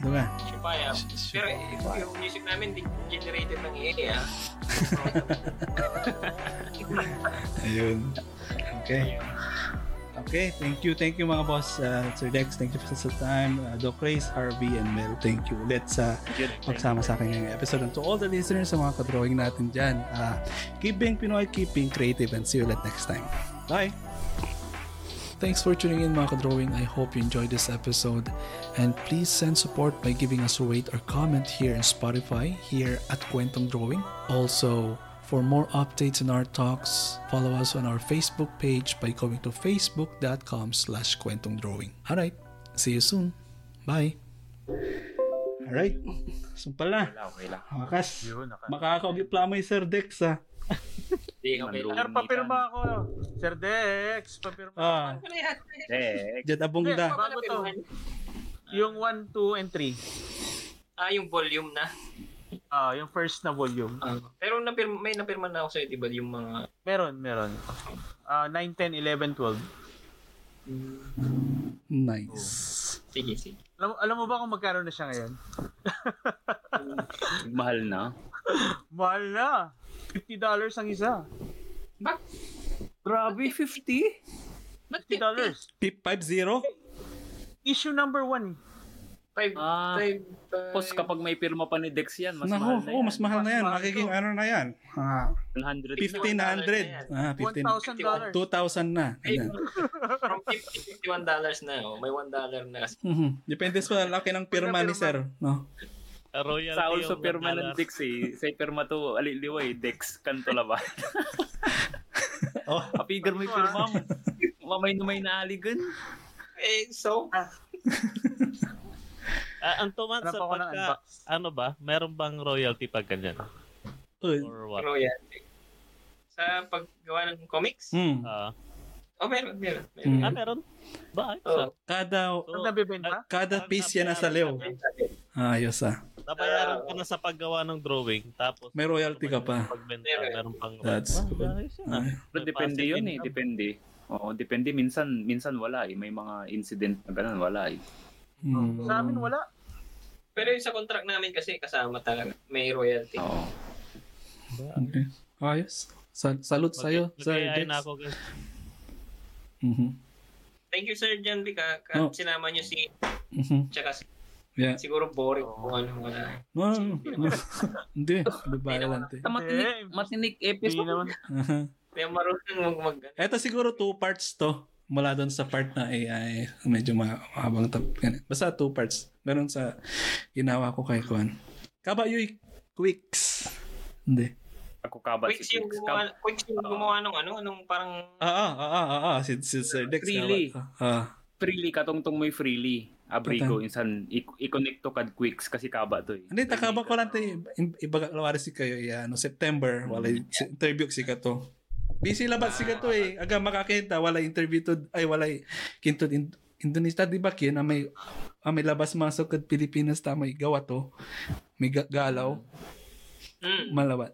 S1: Diba?
S2: Shupaya. Pero yung music namin di generated ng AI ah.
S1: Ayun. Okay. Okay, thank you. Thank you mga boss. Uh, Sir Dex, thank you for sa time. Uh, Doc Grace, Harvey, and Mel, thank you ulit sa
S3: Yun.
S1: pagsama sa akin ngayong episode. And to all the listeners sa mga kadrawing natin dyan, uh, keep being Pinoy, keep being creative, and see you ulit next time. Bye!
S7: Thanks for tuning in mga drawing I hope you enjoyed this episode. And please send support by giving us a rate or comment here in Spotify, here at Kwentong Drawing. Also, for more updates on our talks, follow us on our Facebook page by going to facebook.com slash kwentongdrawing. Alright, see you soon. Bye!
S1: Alright. Sumpal na.
S3: Wala, okay lang.
S1: Makas.
S6: Yun, naka.
S1: Makakaugipla mo yung Sir Dex ah. ha.
S2: Hindi ka
S3: Manlo.
S2: kailangan.
S6: Sir, papirma ako. Sir Dex, papirma.
S1: Ah,
S2: Ano yan?
S3: Next.
S1: Jet Abongda.
S6: Bago to. Yung 1, 2, and 3.
S2: Ah, yung volume na.
S6: Ah, yung first na volume.
S2: Ah, pero napirma, may napirma na ako sa'yo, di ba? Yung mga...
S6: Meron, meron. Ah, 9, 10, 11, 12.
S1: Nice.
S2: Sige, sige.
S6: Alam, alam mo ba kung magkano na siya ngayon?
S3: Mahal na.
S6: Mahal na. $50 ang isa.
S2: Bak?
S3: Grabe, 50?
S2: Ba't
S6: $50.
S1: Pip 5-0?
S6: Issue number 1.
S2: Five,
S3: Ah.
S2: five, five,
S3: Tapos kapag may pirma pa ni Dex yan, mas mahal
S1: Nako,
S3: na
S1: oh,
S3: yan.
S1: mas mahal na yan. Magiging ano na yan. Ah,
S3: 100.
S1: 1500. Ah, 15.
S6: $1,000.
S1: 2,000 na.
S2: Ay,
S1: Ganyan.
S2: from 50 to 51 dollars na. Oh. May 1 dollar na kasi.
S1: Mhm. Depende sa laki ng pirma ni Sir. No?
S5: A royalty
S3: Sa also
S5: yung
S3: pirma ng
S5: $1.
S3: Dex eh. Sa pirma to, aliliwa eh. Dex, kanto laban.
S1: Oh.
S3: Kapigar mo yung pirma mo. Mamay na may naaligan.
S2: Eh, so,
S5: Ah, ang tuman
S6: Hanap
S5: sa
S6: ako ng
S5: pagka,
S6: unbox.
S5: ano ba, meron bang royalty pag ganyan?
S1: Uy.
S5: Or what?
S2: royalty. Sa paggawa ng comics?
S1: Mm.
S5: Ah,
S2: Oh, meron, meron.
S1: Mm.
S2: meron.
S5: ah, meron? Ba? Ay,
S2: Oh.
S5: sa,
S1: Kada
S6: Ang nabibenta?
S1: kada piece yan nasa Leo. Ayos ah.
S5: nabayaran ka na sa paggawa ng drawing, tapos
S1: May royalty ka pa.
S5: Pagbenta,
S2: Meron.
S5: meron pang
S1: That's
S5: Ah,
S1: good.
S5: ayos yan, ah.
S1: Ah.
S3: Pero
S5: May
S3: depende
S5: passive
S3: yun eh.
S5: income.
S3: Depende. Oo, depende. Minsan, minsan wala eh. May mga incident na ganun, wala eh.
S1: Mm.
S6: Sa amin wala.
S2: Pero yung sa contract namin kasi kasama talaga. May royalty.
S3: Oo.
S7: Okay. Ayos. Sal- salute sa'yo,
S5: Mag-
S7: Sir
S5: mag-AI
S7: Dex.
S5: na ako guys.
S7: Mhm.
S2: Thank you, Sir John Bika. Ka-
S1: No.
S2: Sinama niyo si...
S7: Mhm.
S2: Tsaka si-
S1: Yeah.
S2: siguro boring kung ano wala.
S1: No, no, no. *laughs* Hindi. Babalante.
S3: Sa matinik,
S6: Eh,
S3: matinik
S6: Hindi
S3: episode.
S6: naman.
S2: Kaya marunong mag... mag
S1: Ito siguro two parts to. Mula doon sa part na AI, medyo ma- mahabang tap. ganun. Basta two parts. Meron sa ginawa ko kay Kwan. Kabayoy Quicks. Hindi.
S3: Hmm, Ako kabat
S2: Quicks
S3: si
S2: yung
S3: Dex.
S2: gumawa, Quicks yung gumawa nung ano, nung parang...
S1: Ah, ah, ah, ah, ah, ah. Si, si Sir Dex.
S3: Really?
S1: kawa- Ah,
S3: Freely, katungtong mo yung freely. Abrigo, insan, i- i-connect to kad quicks kasi kaba to eh.
S1: Hindi, takaba ko lang tayo. Ibagalawaris si kayo, yeah, ano, September, wala si- interview si Kato. Busy labat si Kato eh. Aga makakita, wala interview to, ay wala kinto in, Indonesia, di ba kaya na may, ah, may labas masok at Pilipinas ta may gawa to. May ga- galaw,
S2: Mm.
S1: malawat.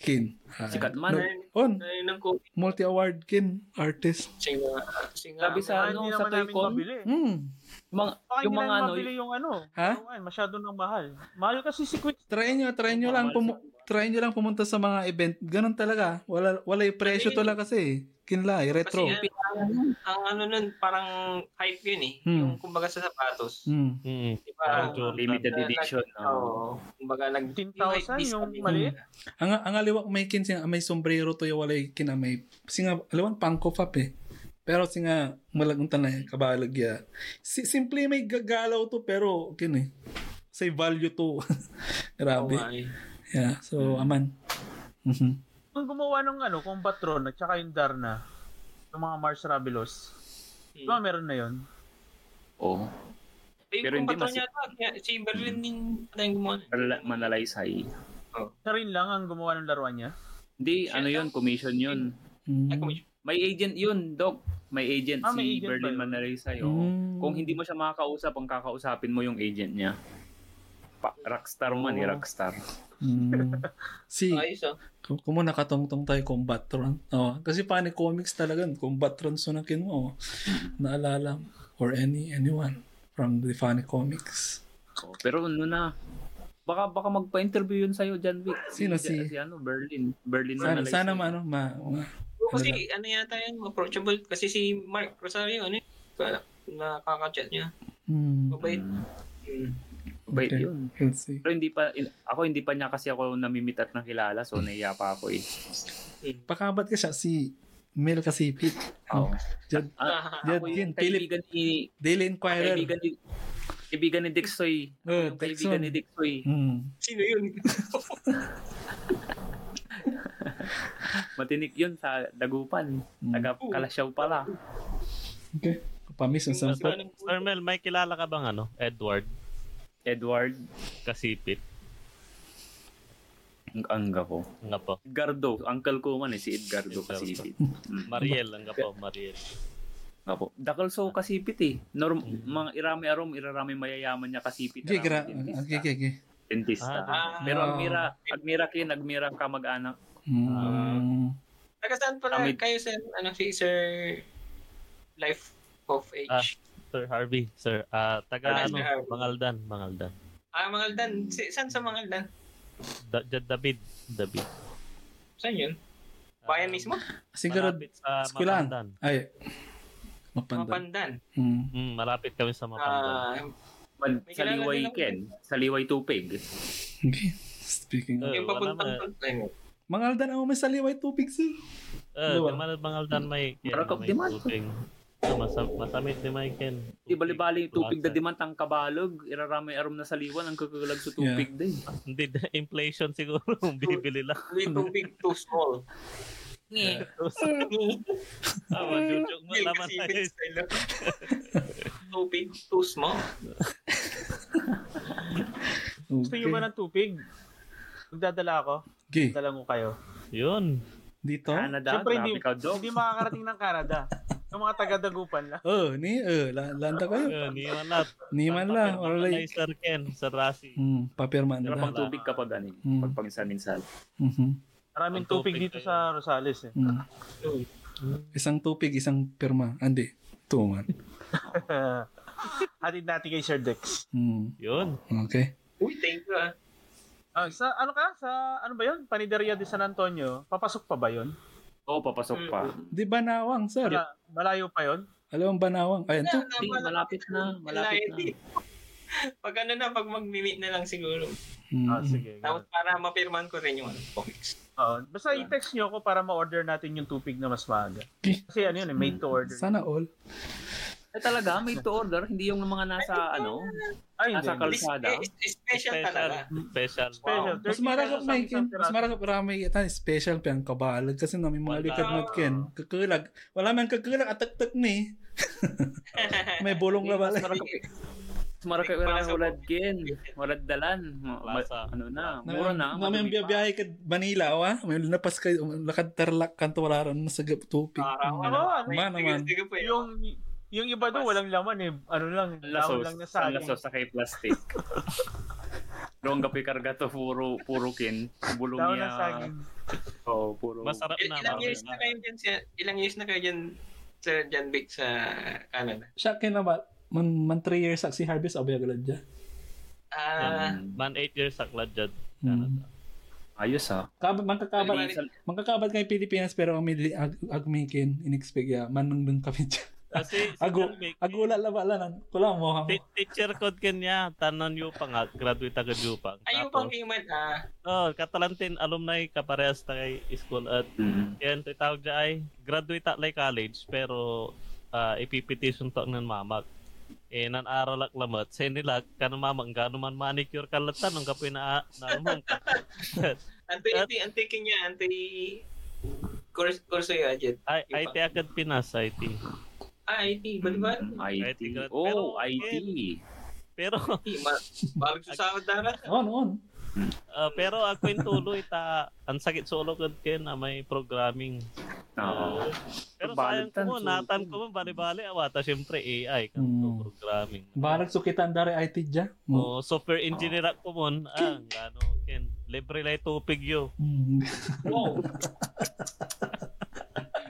S1: Kin. Ah,
S3: Sikat man.
S1: on,
S2: Ayun ang COVID.
S1: multi-award kin, artist.
S2: Singa, singa.
S3: Sabi sa
S6: Ano,
S3: ano,
S6: hindi
S3: sa
S6: naman namin
S3: Toycon,
S6: mabili.
S1: Hmm.
S3: mga,
S6: Baka
S3: yung
S6: hindi
S3: mga
S6: namin
S3: ano,
S6: mabili yung ano.
S1: Ha?
S6: Yung, ano, Masyado nang mahal. Mahal kasi si Quicks.
S1: Try nyo, try nyo lang. Pumu- try nyo lang pumunta sa mga event. Ganun talaga. Wala, wala yung presyo to lang kasi. Kinlay, retro.
S2: Kasi ang, ang ano nun, parang hype yun eh.
S1: Hmm.
S2: Yung kumbaga sa sapatos.
S1: Hmm.
S5: Hmm.
S2: Di
S5: Parang
S2: ba?
S5: Jordan.
S3: limited
S2: Nag-
S3: edition. no?
S2: Oo. Kumbaga nag...
S6: 15,000 yung
S2: discount.
S6: maliit.
S1: Ang ang aliwak may kin singa may sombrero to yung walay kina may singa aliwan pangko fap eh. Pero singa malagunta na yung kabalag ya. Si, simple may gagalaw to pero kin eh. Say value to. *laughs*
S2: Oo
S1: Grabe.
S2: nga eh.
S1: yeah, so
S3: Mm.
S1: aman. Mhm.
S6: Yung gumawa ng ano, Combatron at saka yung Darna. Yung mga Mars Rabilos.
S2: Hmm.
S6: Di ba meron na yun?
S3: Oo.
S2: Eh,
S3: Pero
S2: Pero
S3: hindi
S2: hindi
S3: masi-
S2: Si Berlin din na yung gumawa.
S3: Manala- Manalaysay.
S6: Siya rin lang ang gumawa ng laruan niya.
S3: Hindi, ano yun,
S6: ah.
S3: commission yun.
S2: Ay,
S1: Mhm.
S2: kumisyon.
S3: May agent yun, Doc. May agent
S6: Ah,
S3: si
S6: may agent ba
S3: Berlin
S6: yun?
S3: Manalaysay. oo.
S1: Mm.
S3: Kung hindi mo siya makakausap, ang kakausapin mo yung agent niya. Pa- rockstar man eh, rockstar. *laughs*
S1: Mm. Si
S2: Ayos ah.
S1: Kung kung muna katongtong tayo Combat Tron. Oh, kasi pa ni comics talaga, Combat Tron sunakin mo. Oh.
S3: Mm.
S1: Naalala mo. or any anyone from the funny comics.
S3: Oo, Pero ano na, baka baka magpa-interview yun sa'yo, John Wick.
S1: Sino si-
S3: si ano, Berlin. Berlin
S1: Sana
S3: Manalaysay.
S1: sana ma, ano, ma, ma-
S2: Oo, Kasi ano yata yan, approachable. Kasi si Mark Rosario, ano yun? Nakaka-chat niya.
S1: Hmm.
S2: Mabait.
S3: Mm,
S2: Hmm.
S3: Bait
S1: Okay.
S3: yun.
S1: Let's see.
S3: Pero hindi pa, in- ako hindi pa niya kasi ako namimit at
S1: Hmm.
S3: nakilala, so naiya pa ako eh.
S1: Pakabat ka siya si Mel Kasipit.
S2: Oo.
S1: Jed,
S2: Ah,
S1: Jed,
S3: Ako
S1: yun,
S3: yung
S1: Philip,
S3: kaibigan ni,
S1: Daily Inquirer.
S3: kaibigan ni, kaibigan ni Dixoy. Ako
S1: Oh,
S3: yung kaibigan
S1: Dixon.
S3: ni Dixoy.
S1: Hmm.
S2: Sino yun?
S3: Matinik yun sa Dagupan.
S1: Mm.
S3: Taga Kalasyaw pala.
S1: Okay. Pamis ang sampo.
S5: Armel, may kilala ka bang ano? Edward
S3: Edward.
S5: Kasipit.
S3: Ang angga po.
S5: Ang po.
S3: Edgardo. Uncle ko man eh, si Edgardo
S5: Edgardo.
S3: Kasipit.
S5: Mariel, ang po. Mariel.
S3: Apo. Dakalso Kasipit eh. Norm, mga irami arom, irarami mayayaman niya Kasipit.
S1: Hmm. Okay,
S3: arami
S1: gra- ah,
S3: dentista.
S1: okay, okay, okay.
S3: Dentista.
S5: Ah,
S2: ah.
S3: Pero
S1: Ah.
S3: agmira, agmira kin, agmira kamag-anak. Ah,
S1: Hmm.
S2: Taga saan pala
S3: Amid-
S2: kayo sa ano, si Sir Life of Age?
S5: Ah. Sir Harvey. Sir, ah, taga
S2: Sir
S5: ano?
S2: Harvey.
S5: Mangaldan. Mangaldan.
S2: Ah, Mangaldan. Si, saan sa Mangaldan?
S5: Da- Jed David. David.
S2: Saan yun? Bayan mismo?
S1: Siguro,
S5: Malapit sa
S1: Skulan.
S5: Mapandan.
S1: ay, mapanda.
S2: Mapandan.
S1: Hmm.
S5: Mm, malapit kami sa Mapandan.
S2: Ah,
S3: Man,
S2: May
S3: sa
S2: kilala
S3: liway
S2: din ako
S3: ken, sa liway tupig.
S1: Okay. Speaking of.
S3: Uh,
S5: Eh,
S2: yung
S5: wala
S2: papuntang
S5: man.
S2: Ay,
S1: Mangaldan ako may saliway tubig sir.
S5: Eh,
S1: Dalawa.
S5: di man Mangaldan may ken.
S3: Barakop
S5: may
S3: di man.
S5: tubig. Ah, masam- masamit di may ken.
S3: Di bali-bali tupig da
S5: Plaza.
S3: di man tang kabalog, irarami arom na saliwan ang kagalag sa tupig din.
S5: Hindi, *laughs* inflation siguro. Bibili lang.
S2: Way too big, too small.
S5: Ah, majujuk mo
S2: Yung
S5: naman
S2: kasi
S5: tayo.
S2: it's ano, too big, too small.
S6: Gusto nyo ba ng tubig? Magdadala ako.
S1: Okay.
S6: Dala ko kayo.
S5: Yun.
S1: Dito?
S3: Canada,
S6: Siyempre,
S3: grabe
S6: hindi,
S3: ka dog.
S6: hindi makakarating ng Canada. Yung mga taga-dagupan lang.
S1: Oh, ni, eh, la, landa ko yun.
S5: Yun, iwan na.
S1: Ni man lang, or
S5: Papirma
S1: like,
S5: kay Sir Ken, Sir Rasi.
S1: hmm, papirman
S3: Pero
S1: na.
S3: pang tubig kapag ano,
S1: Mm.
S3: pag pagminsan-minsan.
S1: Mhm.
S6: Maraming
S5: Ang tubig
S6: tubig dito
S5: kayo.
S6: sa Rosales eh. *laughs*
S1: Hmm. Isang tubig, isang pirma. Andi. Two man.
S6: Hatid natin kay Sir Dex.
S1: Hmm.
S5: Yun.
S1: Okay.
S2: Uy, thank you ah.
S6: Ah, sa ano ka? Sa ano ba 'yon? Panideria de San Antonio. Papasok pa ba 'yon?
S3: Oo, papasok pa.
S6: Mm.
S1: Di Banawang, sir.
S6: Mala- malayo pa 'yon.
S1: Alam mo Banawang? Ayan to.
S3: Hindi, malapit
S2: *laughs*
S3: na, malapit na.
S2: Pag ano na, pag mag-meet na lang siguro.
S1: Hmm.
S6: Ah, sige.
S2: Tapos para mapirman ko rin yung ano, comics.
S6: Oo. Basta i-text niyo ako para ma-order natin yung tubig na mas maaga. Kasi ano 'yun, eh, made to order.
S1: Sana all.
S3: Eh talaga, may to order, hindi yung mga nasa ano,
S6: Ay, hindi.
S3: nasa kalsada.
S2: Spe- special talaga. *laughs*
S5: Special.
S6: Special.
S2: Wow.
S1: Mas
S6: 30
S1: marakap
S6: pesos
S1: may
S6: ang isang
S1: mas
S6: piraso.
S1: marakap rami ita special pa ang kabalag kasi na may mga
S5: Wala.
S1: likod na ken kakulag. Wala man kakulag atak-tak ni. may bulong na bala. *laughs*
S3: Mas marakay
S2: Wala
S3: wala
S2: sa-
S3: ulad kin, walad dalan, ma- ma-
S5: Plaza.
S3: ano na,
S1: Na-
S3: mura na.
S1: Na may
S3: madumi pa.
S1: biyahe ka Manila wa. May lapas kay lakad tarlak kanto wala ron sa gap tubig.
S2: Araw-araw.
S6: Ano, ano,
S1: Ba naman.
S2: Sige po yun.
S6: yung yung iba doon walang laman eh. Ano lang,
S3: Lasos,
S6: laman lang na
S3: sa
S6: sa
S3: lasos, sa kay
S6: *laughs*
S3: plastic. Pero ang gapi karga to, puro, puro kin. Bulong
S6: Daw na
S3: niya.
S6: saging.
S3: Oh, puro.
S5: Masarap
S2: Il-
S5: na.
S2: ilang
S5: marami
S2: years na kayo dyan siya? Ilang years na kayo dyan Sir John Vic sa Canada?
S1: Siya kay na ba man man 3 years ak si Harvest abya galad ja.
S2: Ah,
S3: Yan.
S5: Man, 8 years sa Kladjad,
S1: Hmm.
S5: Canada.
S3: Ayos ah.
S1: Kab mangkakabat
S3: Hindi, sa-
S1: mangkakabat kay Pilipinas pero ang mili ag, ag makin inexpected man nung dun ya. kami. *laughs* dyan.
S5: Kasi si
S1: Ago-
S5: John Wick,
S1: Agula la bala nan. Kulang mo ha.
S5: ti- teacher ko kanya, tanan yu pa nga, graduate agad yu pa.
S2: ayun pang human ah.
S5: Oh, Katalantin, alumni, kaparehas na kay school at
S3: Mm.
S5: yan, tawag dyan ay, graduate at like college, pero ah, ipipetition to ng mamak. Eh, nan aral ak lamat, sa nila, kanu mamak, gano man manicure kalatan, ang kapoy na, na naman ka.
S2: Anti anti anti kanya anti course course yo agent.
S5: Ay, IT agad Pinas, IT.
S2: Ah, IT balibad.
S3: IT.
S5: IT.
S3: Oh,
S5: Pero-
S3: IT.
S5: Pero,
S2: IT ma balik sa sahod darat.
S1: On on.
S5: ah, pero ako yung tuloy, ta, ang sakit sa ulo ko ken na may programming.
S3: Oo.
S5: Pero
S3: Balad
S5: sayang ko
S3: tan,
S5: mo,
S3: so-
S5: natan ko mo, bali-bali, awata, syempre AI, kanto
S1: Hmm.
S5: programming.
S1: Balag sukitan dari IT ja. Mm.
S5: Oh, software engineer ako mo, ah, ano, ken, libre lang tupig yo.
S1: Mm.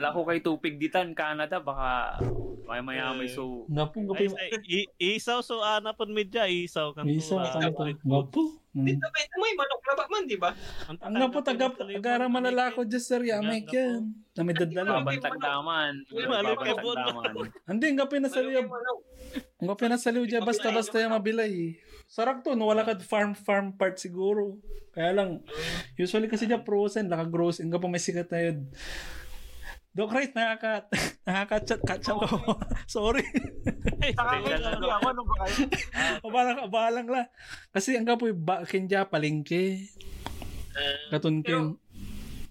S3: Wala ko kay tupig ditan, Canada, baka may maya may so.
S1: Ngapo kapi.
S5: Ay, say, i- isaw so ah, ana pon medya isaw ah, kan
S1: Misa ka
S5: tura.
S1: to. Ngapo. Mm.
S3: Hmm.
S2: Dito ba ito may manok na ba man, di ba?
S1: Ang ngapo taga agara manalako just sir ya may kyan. Nami dadala.
S3: Babantag daman.
S2: Uy,
S5: mali ka
S3: Babantag
S5: po na.
S3: daman.
S1: Hindi ngapi na saliw.
S2: Manok.
S1: Ngapi na saliw ja basta basta ya mabilay. Sarak to no wala kad farm farm part siguro. Kaya lang usually kasi ja frozen laka gross inga pa may sikat na yun. Doc Rice, nakaka, *laughs* nakaka-chat catch up ako. *laughs* Sorry.
S6: Nakakailan niya ako, ano ba kayo?
S1: Abalang, abalang lang. Kasi ang kapoy, ba, kenja, palengke,
S2: Uh,
S1: katunkin,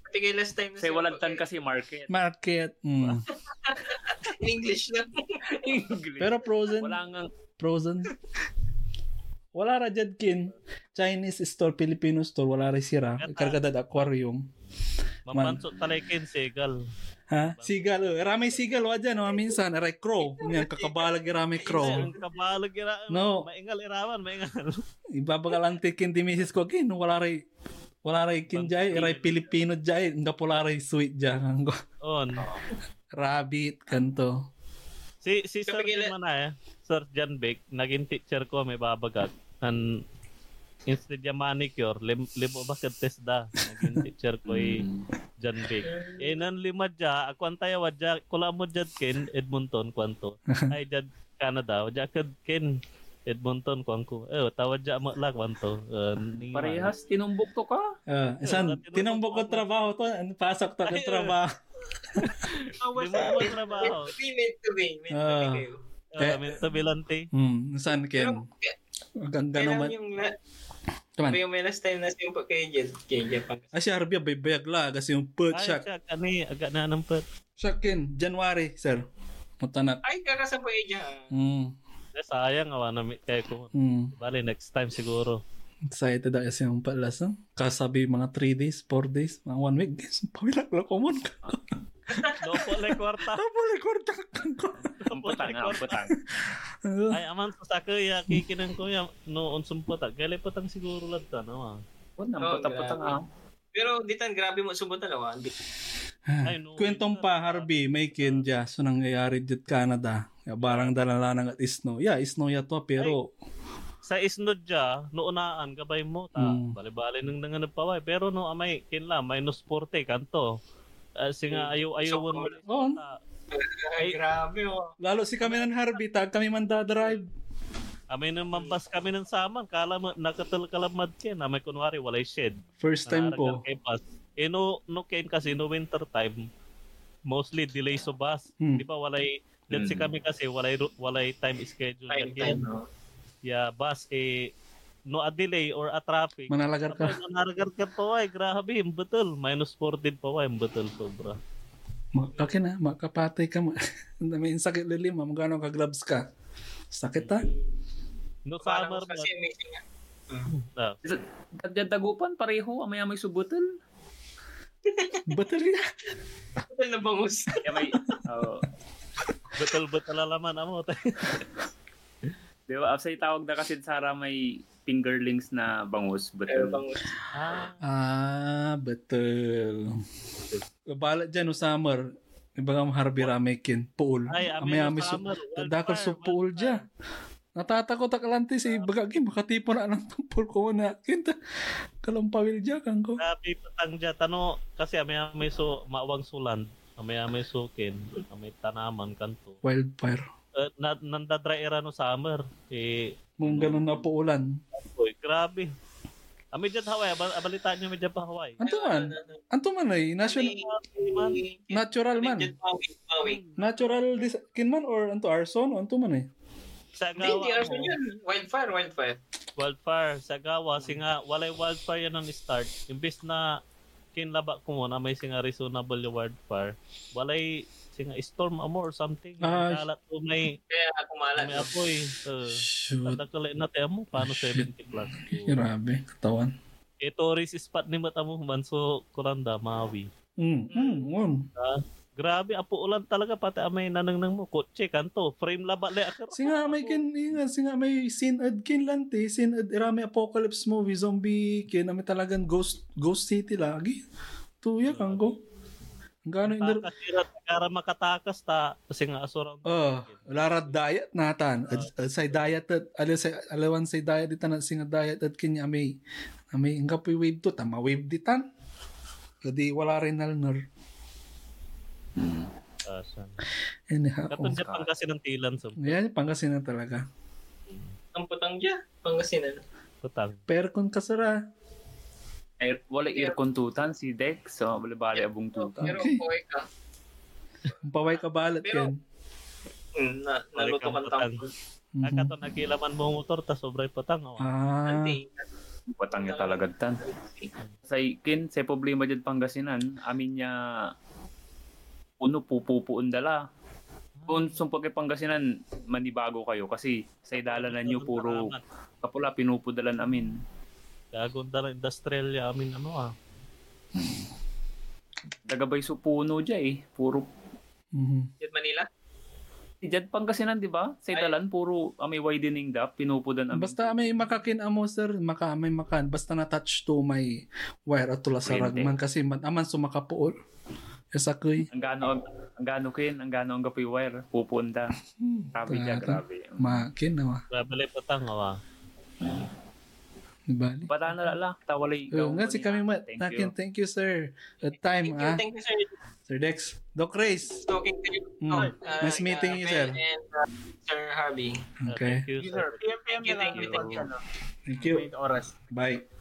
S2: pati kay last time na
S3: Kasi
S2: sa'yo,
S3: walang
S2: pag-
S3: tan kasi market.
S1: market. Mm.
S2: In English lang.
S3: *laughs* English.
S1: Pero frozen,
S3: Wala nga.
S1: frozen. Wala ra dyan, kin. Chinese store, Filipino store, wala ra sira. Kargadad aquarium.
S5: Mapanso talay kin segal.
S1: Ha? Sigal. oh. Ramay sigal wa dyan, oh. minsan. Aray, crow. Yan, kakabalag ramay crow.
S5: Ang kabalo gira.
S1: No.
S5: Maingal irawan, maingal. *laughs*
S1: Ibabagalan tikin di misis ko, kin, wala ray wala ray kin jay, aray Filipino jay, nga pula ray sweet dyan.
S5: On.
S1: Rabbit, kanto.
S5: Si si Sir
S2: Kapigil-
S5: Jim na eh. Sir John Beck, naging teacher ko may babagat. And instead niya manicure, lim, limo ba kad da? Naging teacher ko ay John Beck. Eh nan lima dya, ako antaya wa dya, kula mo dyan kin, Edmonton kwanto. Ay dyan Canada, wa dya kad kin. Edmonton kwangko. Eh, tawad dya mo lang kwanto. Uh, ni-
S3: Parehas, tinumbok to ka.
S1: Uh, isan, tinumbok ko trabaho to, and pasok to ko trabaho.
S5: Limo mo trabaho.
S2: Meant to be, meant to be. Meant to be
S1: Ah.
S2: kayo.
S5: Uh, bilante.
S1: Hmm, isan, kin.
S2: Pero, kaya-
S1: Ang
S2: kaya
S1: ganong
S2: lang
S1: man.
S2: yung, la-
S1: Taman.
S2: yung may last time na simpo kay Jed, kay Japan.
S1: Ay, si Harvey, baybayag la, kasi yung put,
S5: Ay,
S1: shak.
S5: siya, kani, aga na ng pet.
S1: Shak, kin, January, sir. Mutanak.
S2: Ay, kakasabay niya.
S1: Hmm,
S5: Eh, Sayang, awa na mi- kay ko.
S1: hmm.
S5: Bali, next time siguro.
S1: Excited ako kasi yung palas. ah. Kasabi mga 3 days, 4 days, mga 1 week. *laughs* Guys, pawilak lang ko mon.
S5: No, pala kwarta.
S1: Kapuli ko na ko.
S3: Ang putang nga, ang putang.
S5: Ay, aman ko sa kaya, kikinan ko yan. ya, No, unsum po ta. Gali po tang siguro lang ta, no? ah.
S3: Oh, ang
S2: Oh,
S3: putang-putang
S2: grabe.
S3: ah.
S2: Pero ditan, grabe mo subo talawa. Di-
S5: Ay, no.
S1: Ah, Kwentong
S5: isa.
S1: pa, Harvey, may kinja. So, nangyayari dyan Canada. Ya, Barang dalala ng at isno. Yeah, isno ya to, pero...
S5: Sa isnod dya, noonaan, gabay mo ta.
S1: Mm.
S5: Bali-bali nang nanganap pa, way. Pero no, amay, kinla, minus 40, kanto. Uh, singa ayaw-ayawan mo. lang
S1: Oh,
S5: ta.
S2: Ay, grabe oh.
S1: lalo si kami ng Harvey, tag kami man dadrive.
S5: Amay nang mambas kami ng saman. Kala mo, nakatulkalamad kin. Amay, kunwari, walay shed.
S1: First time ko.
S5: Naragan kay bus. Eh, no, no kain kasi no winter time, mostly delay sa bus.
S1: Hmm.
S5: Di ba walay, let's say kami kasi walay ru- walay time schedule.
S2: Time,
S5: again.
S2: time. oh.
S5: Yeah, bus eh no a delay or a traffic.
S1: Manalagar ka.
S5: Kapag naragar ka pa ay grabe, imbutol. Minus 14 pa ay imbutol sobra.
S1: Makakin na, makapatay ka. *laughs* ma- Ang dami yung sakit lilim. Mam, gano'ng ka-gloves ka. Sakit ah.
S5: *laughs*
S1: ha?
S5: No
S2: Parang
S5: summer Ah,
S2: kasi ah. may singa.
S5: na.
S3: Dadyan dagupan, pareho. ah, Amaya may subutan.
S1: Baterya.
S2: Total na bangus.
S3: Kaya may, oh,
S5: Butol-butol alaman amo. *laughs*
S3: di ba, ah, sa tawag na kasi Sara, may fingerlings na bangus.
S2: Pero
S3: Butil.
S2: bangus.
S5: ah,
S1: Ah, betul. Balat dyan no summer. Iba ka Harvey Ramekin. Pool.
S5: ay,
S1: Amay amay su... Dadakol sa pool dyan. Natatakot aklanti si Bagagi. Makatipo na lang tong pool ko na. Kinta. Kalampawil dyan kang ko.
S5: Grabe patang dyan. Tano, kasi amay amay so mawang sulan. Amay amay sukin. Amay tanaman kanto.
S1: Wildfire.
S5: uh, na, nandadry era no summer. Eh,
S1: Mga ganun na po ulan.
S5: boy, grabe. Ami dyan Hawaii, abal, abalitaan nyo medyo pa Hawaii.
S1: Anto man. Anto man ay. National,
S5: Man,
S1: natural man.
S2: Jed Pawi, Pawi.
S1: Natural dis- kin man or anto arson o anto man ay.
S5: sa
S2: Hindi,
S5: gawa oh.
S2: hindi,
S5: mo,
S2: arson yun. Wildfire, wildfire.
S5: wildfire, sa gawa, singa, walay wildfire yan ang start. Imbis na kinlaba ko mo na may singa reasonable yung wildfire, walay singa storm amo or something.
S1: Ah,
S5: Kalat ko may,
S2: Kaya kumala.
S5: may apoy. Uh,
S1: Shoot.
S5: Tatakala na tayo mo, paano
S1: Shit.
S5: 70 plus?
S1: Grabe. Katawan.
S5: Eh, tourist spot ni Matamo, Manso, Kuranda, Maui.
S1: Mm, mm, on.
S5: Grabe, apo ulan talaga pati amay nanangnang mo. Kotse, kanto, frame laba le akar.
S1: Singa may kin nga singa may sinad kin lante sinad irami apocalypse movie zombie kin ami talagang ghost ghost city lagi. Tuya kang go. Ang Gano inder
S5: Kakasira, kara makatakas ta. Kasi nga, asurang.
S1: Ah, larat diet natan. Ad- ad- Say diet at ala say alawan say diet ditan at singa diet at kinya may may ang kapoy wave to tama wave ditan. Kadi wala rin nalner. Anyhow.
S5: Ah, Katong siya pang kasi ng tilan sa
S1: Yan, pangasinan talaga.
S2: Ang putang dyan. Pangasinan.
S5: putang.
S1: Pero kung kasara,
S3: eh, Air, oh, wala aircon tutan si Dex. So, bali-bali abong tutan.
S2: Pero
S1: Okay.
S2: okay ka.
S1: Baway ka balat
S2: Pero-
S1: yan.
S2: Mm, na, naluto
S5: Balik ang
S2: kang tango.
S5: putang.
S1: Mhm.
S5: Nakato nagilaman mo ang motor ta sobrang patang. Oh.
S1: Ah,
S2: Ante,
S3: Batang niya talaga tan. Sa ikin, sa problema dyan Pangasinan, amin niya uno pupupuon dala. Kung sumpag kay Pangasinan, manibago kayo kasi sa idalanan niyo puro kapula pinupudalan amin.
S5: Gagawin dala industrial ya amin ano ah.
S3: Tagabay supuno dyan eh. Puro
S1: mhm.
S2: Yan Manila?
S3: Diyan Pangasinan, di ba? Sa idalan, puro ah, may widening dap, pinupudan amin.
S1: Basta may makakin amo sir, maka may makan. Basta na-touch to may wire at tula sa
S3: Pwede.
S1: ragman kasi man aman sumakapuol. Yasakoy.
S3: Ang gano, ang gano kin, ang gano ang gapi wire, pupunda.
S1: Hmm.
S3: Grabe dyan,
S1: Tara.
S3: grabe.
S1: Makin nawa.
S5: Grabe lay patang oh. ah.
S1: Bali.
S3: Bata na lala, tawalay
S1: Oh,
S3: ikaw.
S1: nga si kami mat.
S3: Thank
S1: Nakin,
S3: you.
S1: thank you sir. At time
S2: Thank you,
S1: ah.
S2: thank you, sir.
S1: Sir Dex. Doc Reyes.
S2: Talking to you.
S1: Mm.
S2: all. Uh,
S1: nice meeting you, sir.
S2: Mel And uh, Sir Harvey.
S1: Okay.
S5: Uh, Thank you,
S6: Yes, sir.
S5: sir.
S6: PM, PM
S2: Thank you,
S6: na lang.
S2: thank you, thank you.
S1: Thank you.
S6: May oras.
S1: Bye.